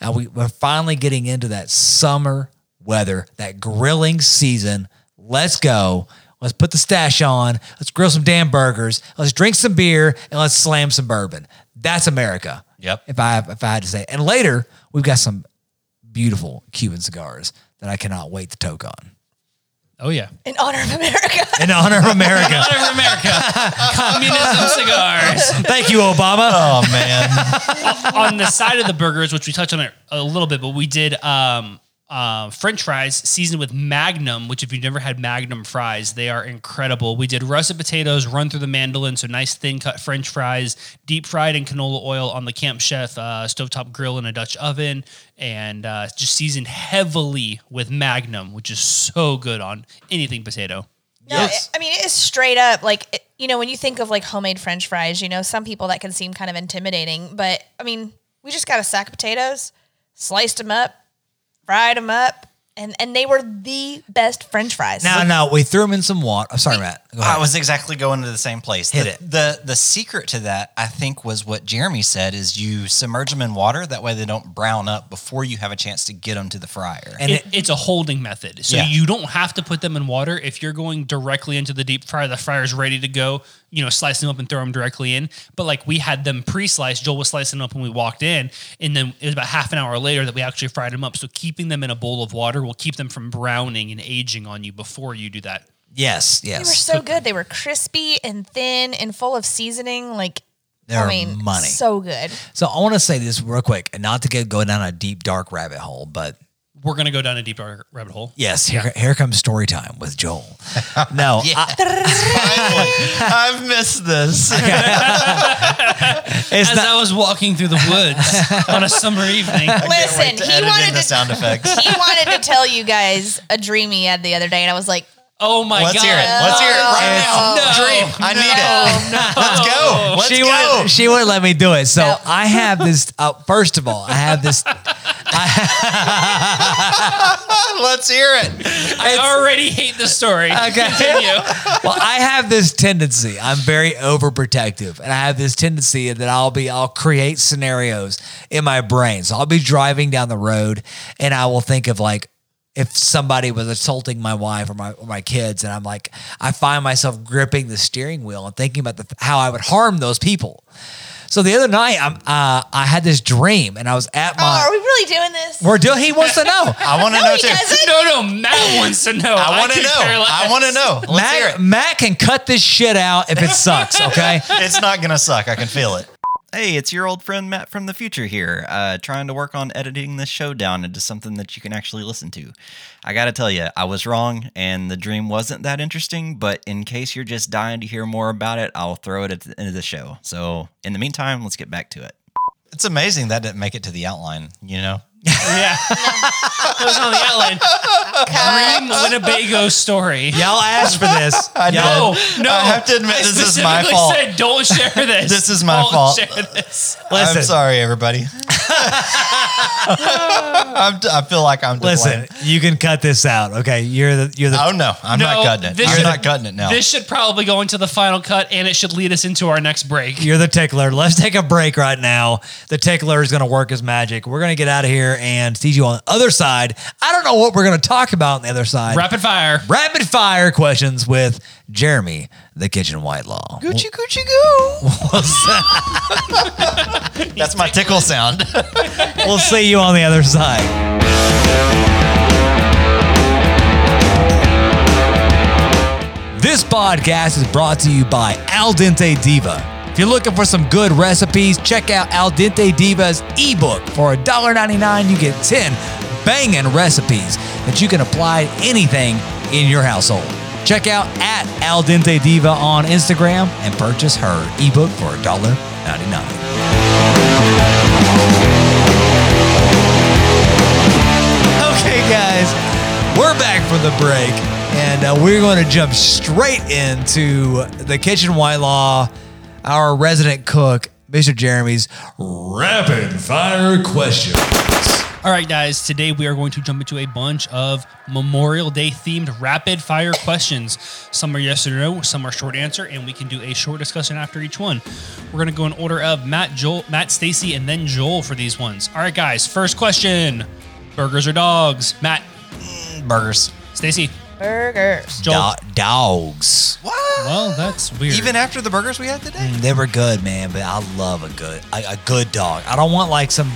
Speaker 1: and we, we're finally getting into that summer weather, that grilling season. Let's go. Let's put the stash on. Let's grill some damn burgers. Let's drink some beer and let's slam some bourbon. That's America.
Speaker 5: Yep.
Speaker 1: If I if I had to say, and later we've got some beautiful Cuban cigars that I cannot wait to toke on
Speaker 3: Oh yeah,
Speaker 4: In honor of America.
Speaker 1: in honor of America.
Speaker 3: Honor of America, communism cigars.
Speaker 1: Thank you, Obama.
Speaker 5: Oh man.
Speaker 3: on the side of the burgers, which we touched on it a little bit, but we did um, uh, French fries seasoned with Magnum. Which, if you've never had Magnum fries, they are incredible. We did russet potatoes run through the mandolin, so nice thin cut French fries, deep fried in canola oil on the Camp Chef uh, stovetop grill in a Dutch oven, and uh, just seasoned heavily with Magnum, which is so good on anything potato.
Speaker 4: No, it, I mean it is straight up like it, you know when you think of like homemade French fries, you know some people that can seem kind of intimidating, but I mean we just got a sack of potatoes, sliced them up, fried them up, and and they were the best French fries.
Speaker 1: Now, now we threw him in some water. I'm sorry, Matt. Go ahead.
Speaker 5: I was exactly going to the same place.
Speaker 1: Hit
Speaker 5: the,
Speaker 1: it.
Speaker 5: The the secret to that, I think, was what Jeremy said: is you submerge them in water. That way, they don't brown up before you have a chance to get them to the fryer.
Speaker 1: And
Speaker 3: It- it's a holding method. So
Speaker 5: Yeah.
Speaker 3: you don't have to put them in water. If you're going directly into the deep fryer, the fryer's ready to go. You know, slice them up and throw them directly in. But like we had them pre-sliced. Joel was slicing them up when we walked in, and then it was about half an hour later that we actually fried them up. So keeping them in a bowl of water will keep them from browning and aging on you before you do that.
Speaker 1: yes,
Speaker 4: they were
Speaker 1: yes.
Speaker 4: so good. They were crispy and thin and full of seasoning. Like
Speaker 1: They're
Speaker 4: I mean,
Speaker 1: money.
Speaker 4: so good.
Speaker 1: So I want to say this real quick, and not to get go down a deep dark rabbit hole, but
Speaker 3: we're gonna go down a deep dark rabbit hole.
Speaker 1: Yes, here, here comes story time with Joel. No, I-
Speaker 5: I've missed this.
Speaker 1: it's
Speaker 3: As
Speaker 1: not.
Speaker 3: I was walking through the woods on a summer evening,
Speaker 4: Listen, he wanted
Speaker 5: the
Speaker 4: to
Speaker 5: sound effects.
Speaker 4: he wanted to tell you guys a dream he had the other day, and I was like,
Speaker 3: oh my
Speaker 5: Let's
Speaker 3: god!
Speaker 5: hear it. Let's hear it right now.
Speaker 4: Oh, No.
Speaker 5: Dream. I need it. Let's go. Let's
Speaker 1: she
Speaker 5: go.
Speaker 1: wouldn't. She wouldn't let me do it. So
Speaker 4: No.
Speaker 1: I have this. Uh, first of all, I have this.
Speaker 5: Let's hear it.
Speaker 3: I already hate the story.
Speaker 1: Okay.
Speaker 3: Continue.
Speaker 1: well, I have this tendency. I'm very overprotective, and I have this tendency that I'll be I'll create scenarios in my brain. So I'll be driving down the road, and I will think of like if somebody was assaulting my wife or my or my kids, and I'm like I find myself gripping the steering wheel and thinking about the, how I would harm those people. So the other night, I'm uh, I had this dream, and I was at
Speaker 4: "Oh,
Speaker 1: my.
Speaker 4: are we really doing this?"
Speaker 1: Uh, we're doing. He wants to know.
Speaker 5: I want to
Speaker 4: No,
Speaker 5: know
Speaker 4: he
Speaker 5: too.
Speaker 4: doesn't.
Speaker 3: no, no, Matt wants to know.
Speaker 5: I want to
Speaker 3: could
Speaker 5: know.
Speaker 3: care less.
Speaker 5: I want to know. Let's hear
Speaker 1: Matt,
Speaker 5: it.
Speaker 1: Matt can cut this shit out if it sucks. Okay.
Speaker 5: It's not gonna suck. I can feel it. Hey, it's your old friend Matt from the future here, uh, trying to work on editing this show down into something that you can actually listen to. I gotta tell you, I was wrong, and the dream wasn't that interesting. But in case you're just dying to hear more about it, I'll throw it at the end of the show. So, in the meantime, let's get back to it. It's amazing that didn't make it to the outline. You know,
Speaker 3: Yeah. that was on the outline. Dream Winnebago story.
Speaker 1: Y'all asked for this. I
Speaker 3: No, no.
Speaker 5: I have to admit,
Speaker 3: I
Speaker 5: this is my
Speaker 3: specifically
Speaker 5: fault.
Speaker 3: Said, Don't share this.
Speaker 5: This is my
Speaker 3: Don't
Speaker 5: fault.
Speaker 3: Share this.
Speaker 1: Listen.
Speaker 5: I'm sorry, everybody. I'm, I feel like I'm. to
Speaker 1: Listen,
Speaker 5: blame.
Speaker 1: you can cut this out. Okay, you're the you're the.
Speaker 5: Oh no, I'm
Speaker 3: No,
Speaker 5: not cutting it.
Speaker 3: this
Speaker 5: I'm
Speaker 3: should-
Speaker 5: not cutting it now.
Speaker 3: This should probably go into the final cut, and it should lead us into our next break.
Speaker 1: You're the tickler. Let's take a break right now. The tickler is going to work his magic. We're going to get out of here and see you on the other side. I don't know what we're going to talk about on the other side.
Speaker 3: Rapid fire.
Speaker 1: Rapid fire questions with Jeremy, the kitchen whitelaw.
Speaker 5: Gucci Gucci Goo. That's my tickle sound.
Speaker 1: We'll see you on the other side. This podcast is brought to you by Al Dente Diva. If you're looking for some good recipes, check out Al Dente Diva's ebook. For $1.99, you get 10 banging recipes that you can apply to anything in your household. Check out at Al Dente Diva on Instagram and purchase her ebook for $1.99. Okay, guys, we're back from the break, and uh, we're going to jump straight into the kitchen Whitelaw, our resident cook, Mr. Jeremy's rapid fire question.
Speaker 3: All right, guys. Today we are going to jump into a bunch of Memorial Day themed rapid fire questions. Some are yes or no, some are short answer, and we can do a short discussion after each one. We're gonna go in order of Matt, Joel, Matt, Stacy, and then Joel for these ones. All right, guys. First question: Burgers or dogs? Matt,
Speaker 5: Burgers.
Speaker 3: Stacy,
Speaker 4: Burgers.
Speaker 3: Joel.
Speaker 1: dogs.
Speaker 5: What? Mm.
Speaker 3: Well, that's weird.
Speaker 5: Even after the burgers we had today?
Speaker 1: They were good, man, but I love a good a, a good dog. I don't want like some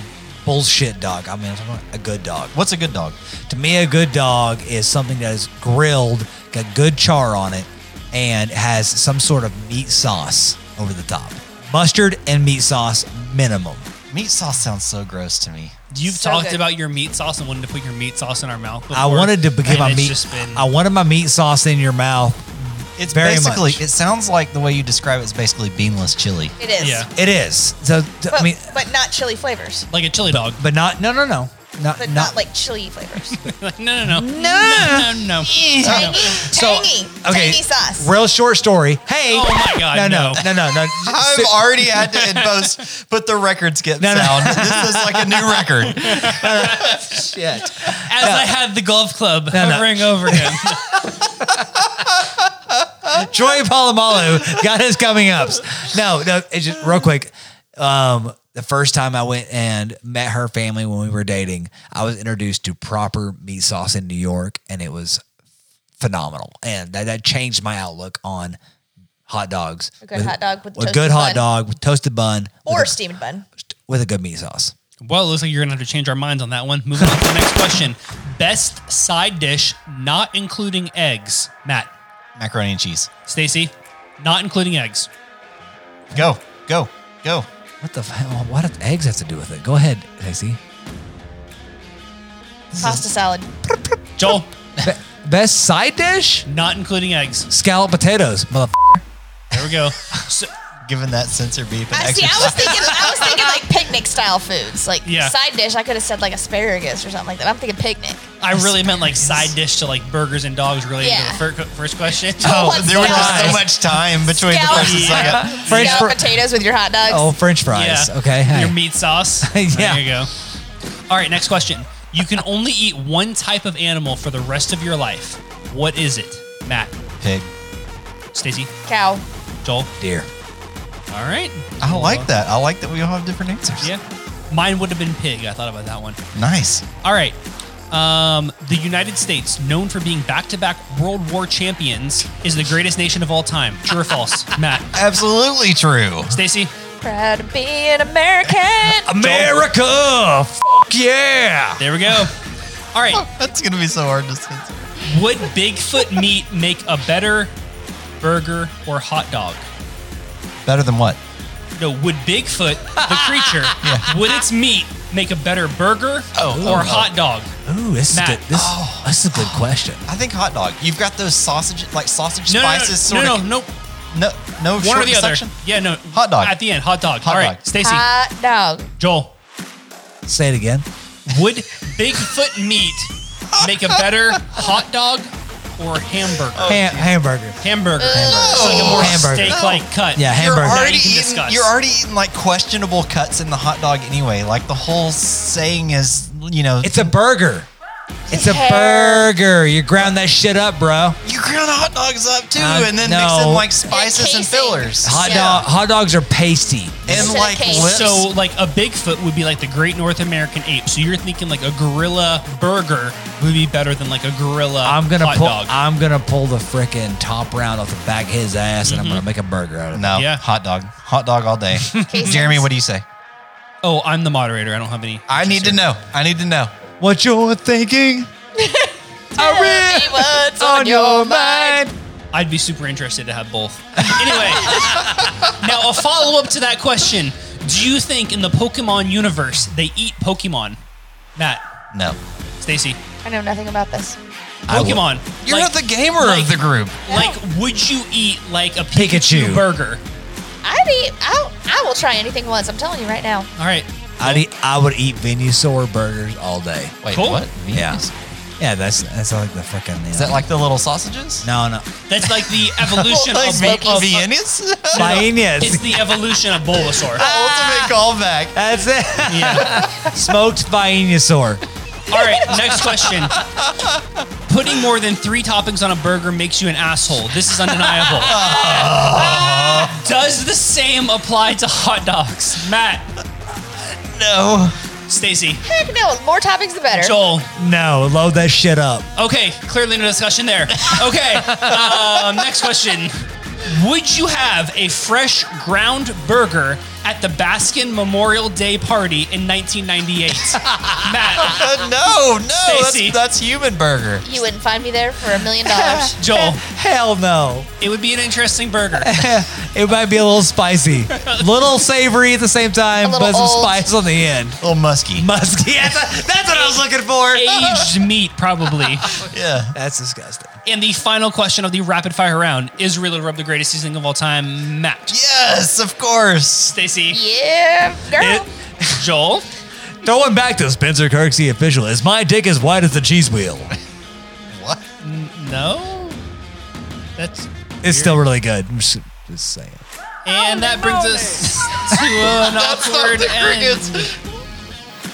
Speaker 1: bullshit dog. I mean, I want a good dog.
Speaker 5: What's a good dog?
Speaker 1: To me, a good dog is something that is grilled, got good char on it, and has some sort of meat sauce over the top. Mustard and meat sauce, minimum.
Speaker 5: Meat sauce sounds so gross to me.
Speaker 3: You've
Speaker 4: So
Speaker 3: talked
Speaker 4: good.
Speaker 3: about your meat sauce and wanted to put your meat sauce in our mouth. Before,
Speaker 1: I wanted to
Speaker 3: and
Speaker 1: give my
Speaker 3: it's
Speaker 1: meat.
Speaker 3: Just been,
Speaker 1: I wanted my meat sauce in your mouth.
Speaker 5: It's
Speaker 1: Very
Speaker 5: basically
Speaker 1: much.
Speaker 5: it sounds like the way you describe it's basically beanless chili.
Speaker 4: It is.
Speaker 3: yeah,
Speaker 1: It is. So t-
Speaker 4: But,
Speaker 1: I mean,
Speaker 4: but not chili flavors.
Speaker 3: like a chili dog.
Speaker 1: but not. No, no, no. Not,
Speaker 4: But
Speaker 1: not,
Speaker 4: not, like chili flavors.
Speaker 3: Like, no, no, no, no, no, no.
Speaker 4: tangy,
Speaker 1: So,
Speaker 4: tangy,
Speaker 1: okay,
Speaker 4: tangy sauce.
Speaker 1: Real short story. Hey.
Speaker 3: Oh my God,
Speaker 1: No,
Speaker 3: no.
Speaker 1: no, no, no. no.
Speaker 5: I've already had to in post, but the records get
Speaker 1: No, no.
Speaker 5: sound. This is like a new record.
Speaker 1: Shit.
Speaker 3: As I had the golf club
Speaker 1: no.
Speaker 3: hovering over him.
Speaker 1: Troy Polamalu got his coming ups. No, no, it's just real quick. Um, the first time I went and met her family when we were dating, I was introduced to proper meat sauce in New York, and it was phenomenal. And that, that changed my outlook on hot dogs.
Speaker 4: A good hot dog with
Speaker 1: a
Speaker 4: toasted
Speaker 1: good hot
Speaker 4: bun.
Speaker 1: dog with toasted bun
Speaker 4: or
Speaker 1: with,
Speaker 4: steamed bun.
Speaker 1: a, with a good meat sauce.
Speaker 3: well, it looks like you're gonna have to change our minds on that one. Moving on to the next question. Best side dish, not including eggs. Matt,
Speaker 5: Macaroni and cheese.
Speaker 3: Stacy, not including eggs.
Speaker 5: Go, go, go.
Speaker 1: What the f- what do eggs have to do with it? Go ahead, Casey.
Speaker 4: Pasta salad.
Speaker 3: Joel,
Speaker 1: Best side dish?
Speaker 3: not including eggs.
Speaker 1: Scallop potatoes, motherfucker.
Speaker 3: There we go.
Speaker 5: Given that sensor beep and
Speaker 4: I see. I
Speaker 5: exercise.
Speaker 4: was thinking. I was thinking like picnic style foods, like
Speaker 3: Yeah.
Speaker 4: side dish. I could have said like asparagus or something like that. I'm thinking picnic.
Speaker 3: I really meant like side dish to like burgers and dogs related to
Speaker 4: Yeah.
Speaker 3: the fir- first question.
Speaker 4: Oh, what's
Speaker 5: there was just
Speaker 4: scallop?
Speaker 5: so much time between the
Speaker 4: Scallop.
Speaker 5: first and second.
Speaker 1: French
Speaker 4: Scallop
Speaker 1: fr-
Speaker 4: potatoes with your hot dogs.
Speaker 1: Oh, French fries. Okay. hey.
Speaker 3: Your meat sauce.
Speaker 1: Yeah.
Speaker 3: There you go. All right, next question. You can only eat one type of animal for the rest of your life. What is it? Matt,
Speaker 5: Pig.
Speaker 3: Stacy,
Speaker 4: Cow.
Speaker 3: Joel.
Speaker 1: Dear.
Speaker 3: All right.
Speaker 5: I like that. I like that we all have different answers.
Speaker 3: Yeah. Mine would have been pig. I thought about that one.
Speaker 5: Nice.
Speaker 3: All right. Um, the United States, known for being back-to-back World War champions, is the greatest nation of all time. True or false? Matt,
Speaker 5: Absolutely true.
Speaker 3: Stacy,
Speaker 4: Proud to be an American.
Speaker 1: America! F- yeah!
Speaker 3: there we go. All right.
Speaker 5: That's gonna be so hard to censor.
Speaker 3: Would Bigfoot meat make a better burger or hot dog?
Speaker 5: Better than what?
Speaker 3: No, would Bigfoot, the creature, would its meat make a better burger
Speaker 5: Oh,
Speaker 3: or
Speaker 5: oh, oh.
Speaker 3: hot dog?
Speaker 1: Ooh, this
Speaker 3: Matt. Oh.
Speaker 1: is good. This, this is a good question.
Speaker 5: I think hot dog. You've got those sausage, like sausage
Speaker 3: No, no,
Speaker 5: spices.
Speaker 3: no, no,
Speaker 5: sort
Speaker 3: no, no,
Speaker 5: of, no, no.
Speaker 3: one or
Speaker 5: short
Speaker 3: the other.
Speaker 5: section?
Speaker 3: Yeah, no,
Speaker 5: Hot dog.
Speaker 3: at the end. Hot dog.
Speaker 5: Hot
Speaker 3: All
Speaker 5: dog.
Speaker 3: right, Stacy,
Speaker 4: Hot dog.
Speaker 3: Joel,
Speaker 1: Say it again.
Speaker 3: would Bigfoot meat make a better hot dog or hamburger?
Speaker 1: Ham- hamburger.
Speaker 3: Hamburger.
Speaker 1: Hamburger.
Speaker 3: Like a more
Speaker 1: Oh, Hamburger.
Speaker 3: steak-like cut.
Speaker 1: Yeah,
Speaker 5: Oh. You're
Speaker 1: hamburger.
Speaker 5: already,
Speaker 3: you can
Speaker 5: eating,
Speaker 3: discuss.
Speaker 5: you're already eating like questionable cuts in the hot dog anyway. Like the whole saying is, you know,
Speaker 1: It's a burger. It's a
Speaker 4: Hair.
Speaker 1: burger. You ground that shit up, bro.
Speaker 5: you ground hot dogs up too,
Speaker 1: Uh,
Speaker 5: and then mix
Speaker 1: no.
Speaker 5: in like spices
Speaker 4: casing.
Speaker 5: and fillers.
Speaker 1: Hot
Speaker 4: Yeah.
Speaker 1: dog. Hot dogs are pasty.
Speaker 5: and
Speaker 4: Instead of
Speaker 5: like
Speaker 4: case.
Speaker 5: lips.
Speaker 3: So, like a Bigfoot would be like the great North American ape. So you're thinking like a gorilla burger would be better than like a gorilla
Speaker 1: I'm gonna
Speaker 3: hot
Speaker 1: pull.
Speaker 3: dog.
Speaker 1: I'm gonna pull the frickin' top round off the back of his ass, and
Speaker 3: Mm-hmm.
Speaker 1: I'm gonna make a burger out of it.
Speaker 5: no,
Speaker 3: Yeah.
Speaker 5: hot dog, hot dog all day. Jeremy, what do you say?
Speaker 3: oh, I'm the moderator. I don't have any.
Speaker 5: I need to
Speaker 3: interest
Speaker 5: know. I need to know.
Speaker 1: What you're thinking?
Speaker 4: Tell
Speaker 1: really-
Speaker 4: me what's on your mind.
Speaker 3: here. I'd be super interested to have both. Anyway, now a follow up to that question: Do you think in the Pokemon universe they eat Pokemon? Matt,
Speaker 5: No,
Speaker 3: Stacy,
Speaker 4: I know nothing about this.
Speaker 1: will.
Speaker 3: Pokemon.
Speaker 5: you're
Speaker 3: Like-
Speaker 5: the gamer
Speaker 3: like-
Speaker 5: of the group.
Speaker 3: Like, would you eat like a Pikachu,
Speaker 1: Pikachu.
Speaker 3: burger?
Speaker 4: I'd eat. I'll, I will try anything once. I'm telling you right now.
Speaker 3: All right,
Speaker 1: I'd eat, I would eat Venusaur burgers all day.
Speaker 5: Wait,
Speaker 3: Cool.
Speaker 5: what?
Speaker 1: Yeah.
Speaker 5: Venus?
Speaker 1: Yeah, that's that's like the frickin'
Speaker 5: Is that like the little sausages?
Speaker 1: no no
Speaker 3: that's like the evolution
Speaker 5: Like
Speaker 3: of,
Speaker 5: Ve-
Speaker 3: of-
Speaker 5: Venus?
Speaker 3: It's
Speaker 1: Vienna's.
Speaker 3: the evolution of Bulbasaur.
Speaker 1: Ah.
Speaker 5: Ultimate callback.
Speaker 1: That's it.
Speaker 3: Yeah.
Speaker 1: Smoked Venusaur.
Speaker 3: All right, next question. Putting more than three toppings on a burger makes you an asshole. This is undeniable. Does the same apply to hot dogs? Matt,
Speaker 5: No.
Speaker 3: Stacy,
Speaker 4: Heck no. More toppings the better.
Speaker 3: Joel.
Speaker 1: No, load that shit up.
Speaker 3: Okay, clearly no discussion there. Okay, um, next question. Would you have a fresh ground burger at the Baskin Memorial Day party in 1998? Matt,
Speaker 5: Uh, no, no.
Speaker 3: Stacy.
Speaker 5: That's, that's human burger.
Speaker 4: You wouldn't find me there for a million dollars.
Speaker 3: Joel,
Speaker 1: Hell no.
Speaker 3: it would be an interesting burger.
Speaker 1: It might be a little spicy, little savory at the same time,
Speaker 4: A little
Speaker 1: but some
Speaker 4: old.
Speaker 1: spice on the end.
Speaker 5: little musky.
Speaker 1: Musky. That's, that's what I was looking for.
Speaker 3: Aged meat, probably.
Speaker 5: Yeah.
Speaker 1: That's disgusting.
Speaker 3: And the final question of the rapid fire round is Real Rub the greatest seasoning of all time, Matt.
Speaker 5: Yes, of course.
Speaker 3: Stacy,
Speaker 4: yeah, girl.
Speaker 1: It-
Speaker 3: Joel,
Speaker 1: Throwing back to Spencer Kirksey official is my dick as wide as the cheese wheel.
Speaker 5: What?
Speaker 3: no. That's
Speaker 1: It's still really good. I'm just, just saying.
Speaker 3: and that brings us to an awkward end.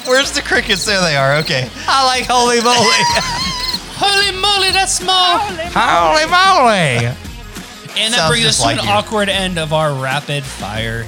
Speaker 5: Where's the crickets? There they are. Okay.
Speaker 1: I like holy moly.
Speaker 3: Holy moly, that's small.
Speaker 1: holy moly.
Speaker 3: And that
Speaker 5: Sounds
Speaker 3: brings us
Speaker 5: just
Speaker 3: to
Speaker 5: like
Speaker 3: an
Speaker 5: you.
Speaker 3: awkward end of our rapid fire.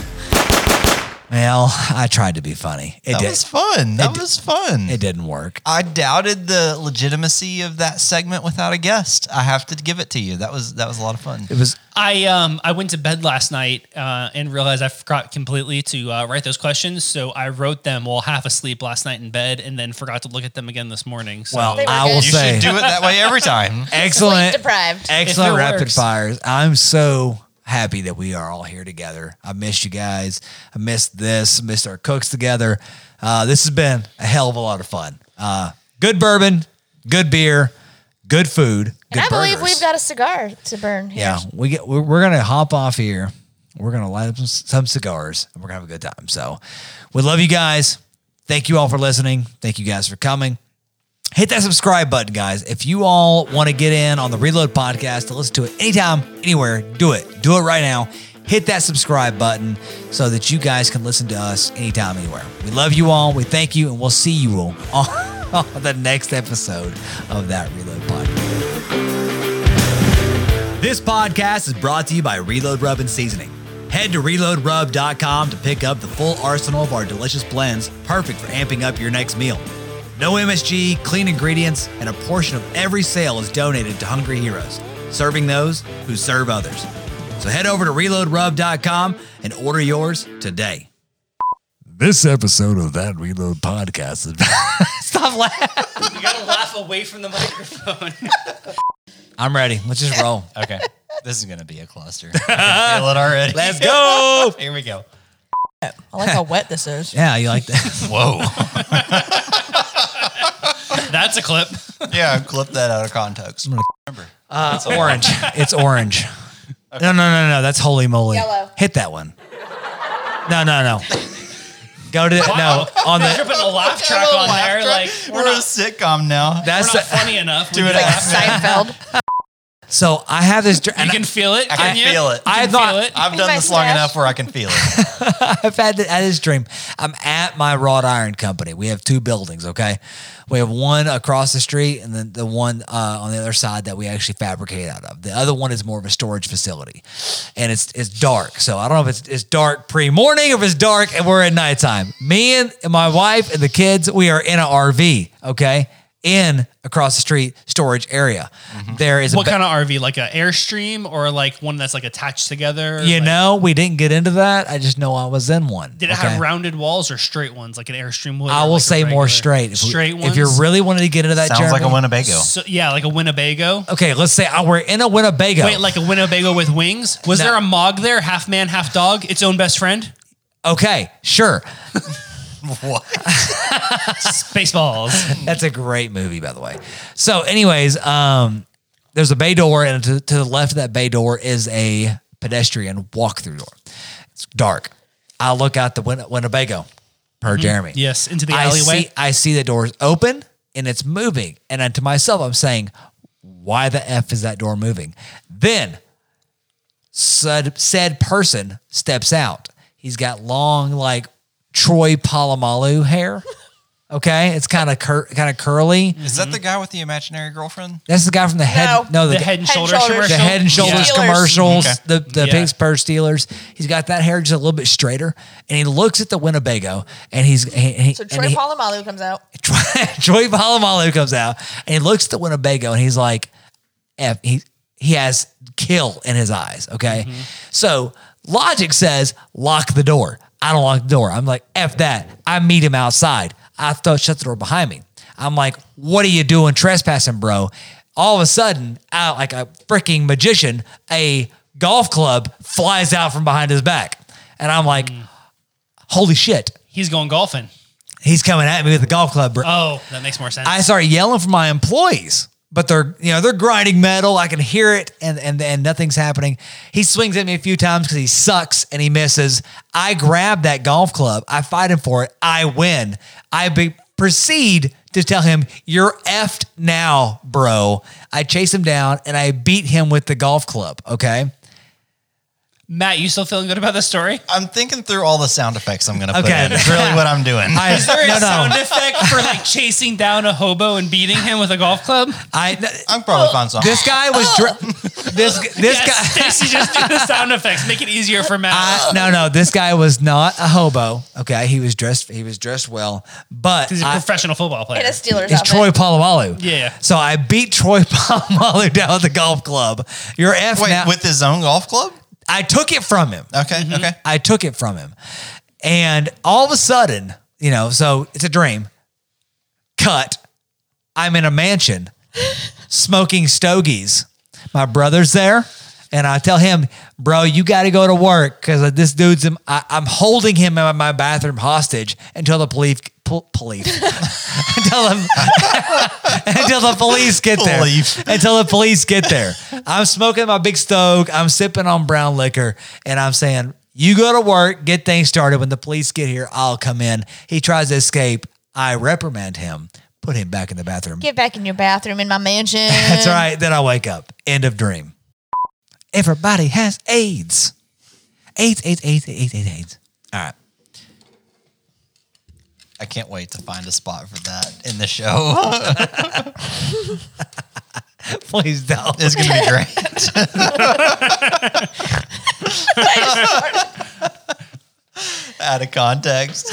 Speaker 1: Well, I tried to be funny. It
Speaker 5: That
Speaker 1: did.
Speaker 5: was fun. That
Speaker 1: It-
Speaker 5: was fun.
Speaker 1: it didn't work.
Speaker 5: I doubted the legitimacy of that segment without a guest. I have to give it to you. That was that was a lot of fun.
Speaker 1: It was
Speaker 3: I um I went to bed last night uh, and realized I forgot completely to uh, write those questions, so I wrote them while half asleep last night in bed, and then forgot to look at them again this morning. So
Speaker 1: well.
Speaker 4: They were
Speaker 1: I will
Speaker 4: good.
Speaker 5: You
Speaker 1: say
Speaker 5: should do it that way every time.
Speaker 1: excellent,
Speaker 4: Sleep deprived.
Speaker 1: excellent
Speaker 3: If it
Speaker 1: rapid
Speaker 3: works.
Speaker 1: fires. I'm so happy that we are all here together. I missed you guys. I missed this. I missed our cooks together. Uh, this has been a hell of a lot of fun. Uh, Good bourbon, good beer, good food. Good
Speaker 4: And I believe
Speaker 1: burgers.
Speaker 4: we've got a cigar to burn. Here.
Speaker 1: Yeah, we get we're, we're gonna hop off here. We're gonna light up some, some cigars and we're gonna have a good time. So, we love you guys. Thank you all for listening. Thank you guys for coming. Hit that subscribe button, guys. If you all want to get in on the Reload podcast to listen to it anytime, anywhere, do it. Do it right now. Hit that subscribe button so that you guys can listen to us anytime, anywhere. We love you all. We thank you, and we'll see you all on the next episode of that Reload podcast. This podcast is brought to you by Reload Rub and Seasoning. Head to reloadrub.com to pick up the full arsenal of our delicious blends, perfect for amping up your next meal. No MSG, clean ingredients, and a portion of every sale is donated to Hungry Heroes, serving those who serve others. So head over to reloadrub.com and order yours today. This episode of That Reload Podcast is. Stop laughing.
Speaker 3: You gotta laugh away from the microphone.
Speaker 1: I'm ready. Let's just roll.
Speaker 5: Okay. this is going to be a cluster. I can feel it already.
Speaker 1: Let's go.
Speaker 5: Here we go.
Speaker 4: I like how wet this is.
Speaker 1: Yeah, you like that?
Speaker 5: Whoa.
Speaker 3: That's a clip.
Speaker 5: yeah, clip that out of context. Remember.
Speaker 1: Uh, it's orange. it's orange. No, no, no, no. That's holy moly.
Speaker 4: Yellow.
Speaker 1: Hit that one. No, no, no. Go to no on
Speaker 3: You're
Speaker 1: the.
Speaker 3: putting a laugh track on there. Like
Speaker 5: we're,
Speaker 3: we're
Speaker 5: a
Speaker 3: not,
Speaker 5: sitcom now.
Speaker 3: we're
Speaker 1: That's
Speaker 3: not funny enough. Do
Speaker 5: it
Speaker 4: Like Seinfeld.
Speaker 1: so. I have this. dr-
Speaker 3: You
Speaker 1: And
Speaker 3: can feel it.
Speaker 5: I can
Speaker 3: you?
Speaker 5: feel it.
Speaker 3: You
Speaker 1: I
Speaker 3: can
Speaker 1: thought-
Speaker 3: feel it.
Speaker 5: I've
Speaker 4: Be
Speaker 5: done
Speaker 4: my
Speaker 5: this long
Speaker 4: stash.
Speaker 5: enough where I can feel it.
Speaker 1: I've had th- had this dream. I'm at my wrought iron company. We have two buildings. Okay, we have one across the street, and then the one uh, on the other side that we actually fabricate out of. The other one is more of a storage facility, and it's it's dark. So I don't know if it's it's dark pre morning, if it's dark, and we're at nighttime. Me and my wife and the kids, we are in a RV. Okay, in across the street storage area. There is a
Speaker 3: Mm-hmm. What
Speaker 1: ba-
Speaker 3: kind of RV? Like an Airstream or like one that's like attached together?
Speaker 1: you
Speaker 3: Like,
Speaker 1: know we didn't get into that. I just know I was in one.
Speaker 3: Did it
Speaker 1: okay?
Speaker 3: have rounded walls or straight ones, like an Airstream would?
Speaker 1: I
Speaker 3: or
Speaker 1: will
Speaker 3: like a
Speaker 1: say more
Speaker 3: regular-
Speaker 1: straight. If we-
Speaker 3: Straight ones.
Speaker 1: If you really wanted to get into that,
Speaker 5: Sounds like a
Speaker 1: Jeremy.
Speaker 5: Winnebago.
Speaker 3: So, yeah, like a Winnebago.
Speaker 1: Okay, let's say I, we're in a Winnebago.
Speaker 3: Wait, like a Winnebago with wings? Was
Speaker 1: No.
Speaker 3: there a Mog there, half man, half dog, its own best friend?
Speaker 1: okay, sure.
Speaker 3: Spaceballs.
Speaker 1: That's a great movie, by the way. So, anyways, um, there's a bay door, and to, to the left of that bay door is a pedestrian walk-through door. It's dark. I look out the Winne- Winnebago, per Jeremy.
Speaker 3: Hmm, yes, into the
Speaker 1: I
Speaker 3: alleyway.
Speaker 1: see, I see the doors open and it's moving. And then to myself, I'm saying, why the F is that door moving? Then said, said person steps out. He's got long, like Troy Polamalu hair. Okay. It's kind of cur- kind of curly.
Speaker 5: Is that the guy with the imaginary girlfriend?
Speaker 1: That's the guy from the head. No,
Speaker 4: No.
Speaker 1: the,
Speaker 3: The head and
Speaker 4: Head and
Speaker 3: shoulders
Speaker 4: Shoulders.
Speaker 3: commercial.
Speaker 1: the head and shoulders
Speaker 4: Steelers.
Speaker 1: commercials,
Speaker 5: Okay.
Speaker 1: the the
Speaker 3: Yeah.
Speaker 1: Pittsburgh Steelers. He's got that hair just a little bit straighter, and he looks at the Winnebago, and he's he, he-
Speaker 4: So
Speaker 1: and
Speaker 4: Troy
Speaker 1: he-
Speaker 4: Polamalu comes out.
Speaker 1: Troy, Troy Polamalu comes out and he looks at the Winnebago and he's like, F, he he has kill in his eyes. Okay. So logic says, lock the door. I don't lock the door. I'm like, F that. I meet him outside. I thought shut the door behind me. I'm like, what are you doing trespassing, bro? All of a sudden, out like a freaking magician, a golf club flies out from behind his back. And I'm like, holy shit.
Speaker 3: He's going golfing.
Speaker 1: He's coming at me with a golf club, bro.
Speaker 3: Oh, that makes more sense.
Speaker 1: I started yelling for my employees, but they're you know they're grinding metal. I can hear it, and and and nothing's happening. He swings at me a few times because he sucks and he misses. I grab that golf club. I fight him for it. I win. I be, proceed to tell him you're effed now, bro. I chase him down and I beat him with the golf club. Okay.
Speaker 3: Matt, you still feeling good about this story?
Speaker 5: I'm thinking through all the sound effects I'm going to put
Speaker 1: Okay.
Speaker 5: in. It's really what I'm doing.
Speaker 1: I,
Speaker 3: Is there a
Speaker 1: no,
Speaker 3: sound
Speaker 1: no.
Speaker 3: effect for like chasing down a hobo and beating him with a golf club?
Speaker 1: I,
Speaker 5: I'm probably find something.
Speaker 1: this guy was dr- this this guy.
Speaker 3: Stacy, just do the sound effects. Make it easier for Matt.
Speaker 1: I, no, no, this guy was not a hobo. Okay, he was dressed. He was dressed well, but
Speaker 3: He's a
Speaker 1: I-
Speaker 3: professional football player.
Speaker 4: In a Steelers
Speaker 1: it's
Speaker 4: outfit.
Speaker 1: Troy Polamalu.
Speaker 3: Yeah.
Speaker 1: So I beat Troy Polamalu down at the golf club. Your F
Speaker 5: Wait,
Speaker 1: now.
Speaker 5: with his own golf club?
Speaker 1: I took it from him.
Speaker 5: Okay, okay.
Speaker 1: I took it from him, and all of a sudden, you know, so it's a dream. Cut. I'm in a mansion, smoking stogies. My brother's there, and I tell him, "Bro, you got to go to work because this dude's. In, I, I'm holding him in my bathroom hostage until the police pol- police until the until the police get there.
Speaker 5: Police.
Speaker 1: Until the police get there. I'm smoking my big stoke. I'm sipping on brown liquor, and I'm saying, "You go to work, get things started. When the police get here, I'll come in." He tries to escape. I reprimand him, put him back in the bathroom.
Speaker 4: Get back in your bathroom in my mansion.
Speaker 1: That's all right. Then I wake up. End of dream. Everybody has AIDS. AIDS, AIDS, AIDS, AIDS, AIDS, AIDS. All right.
Speaker 5: I can't wait to find a spot for that in the show.
Speaker 1: Please don't.
Speaker 5: it's going to be great. Out of context.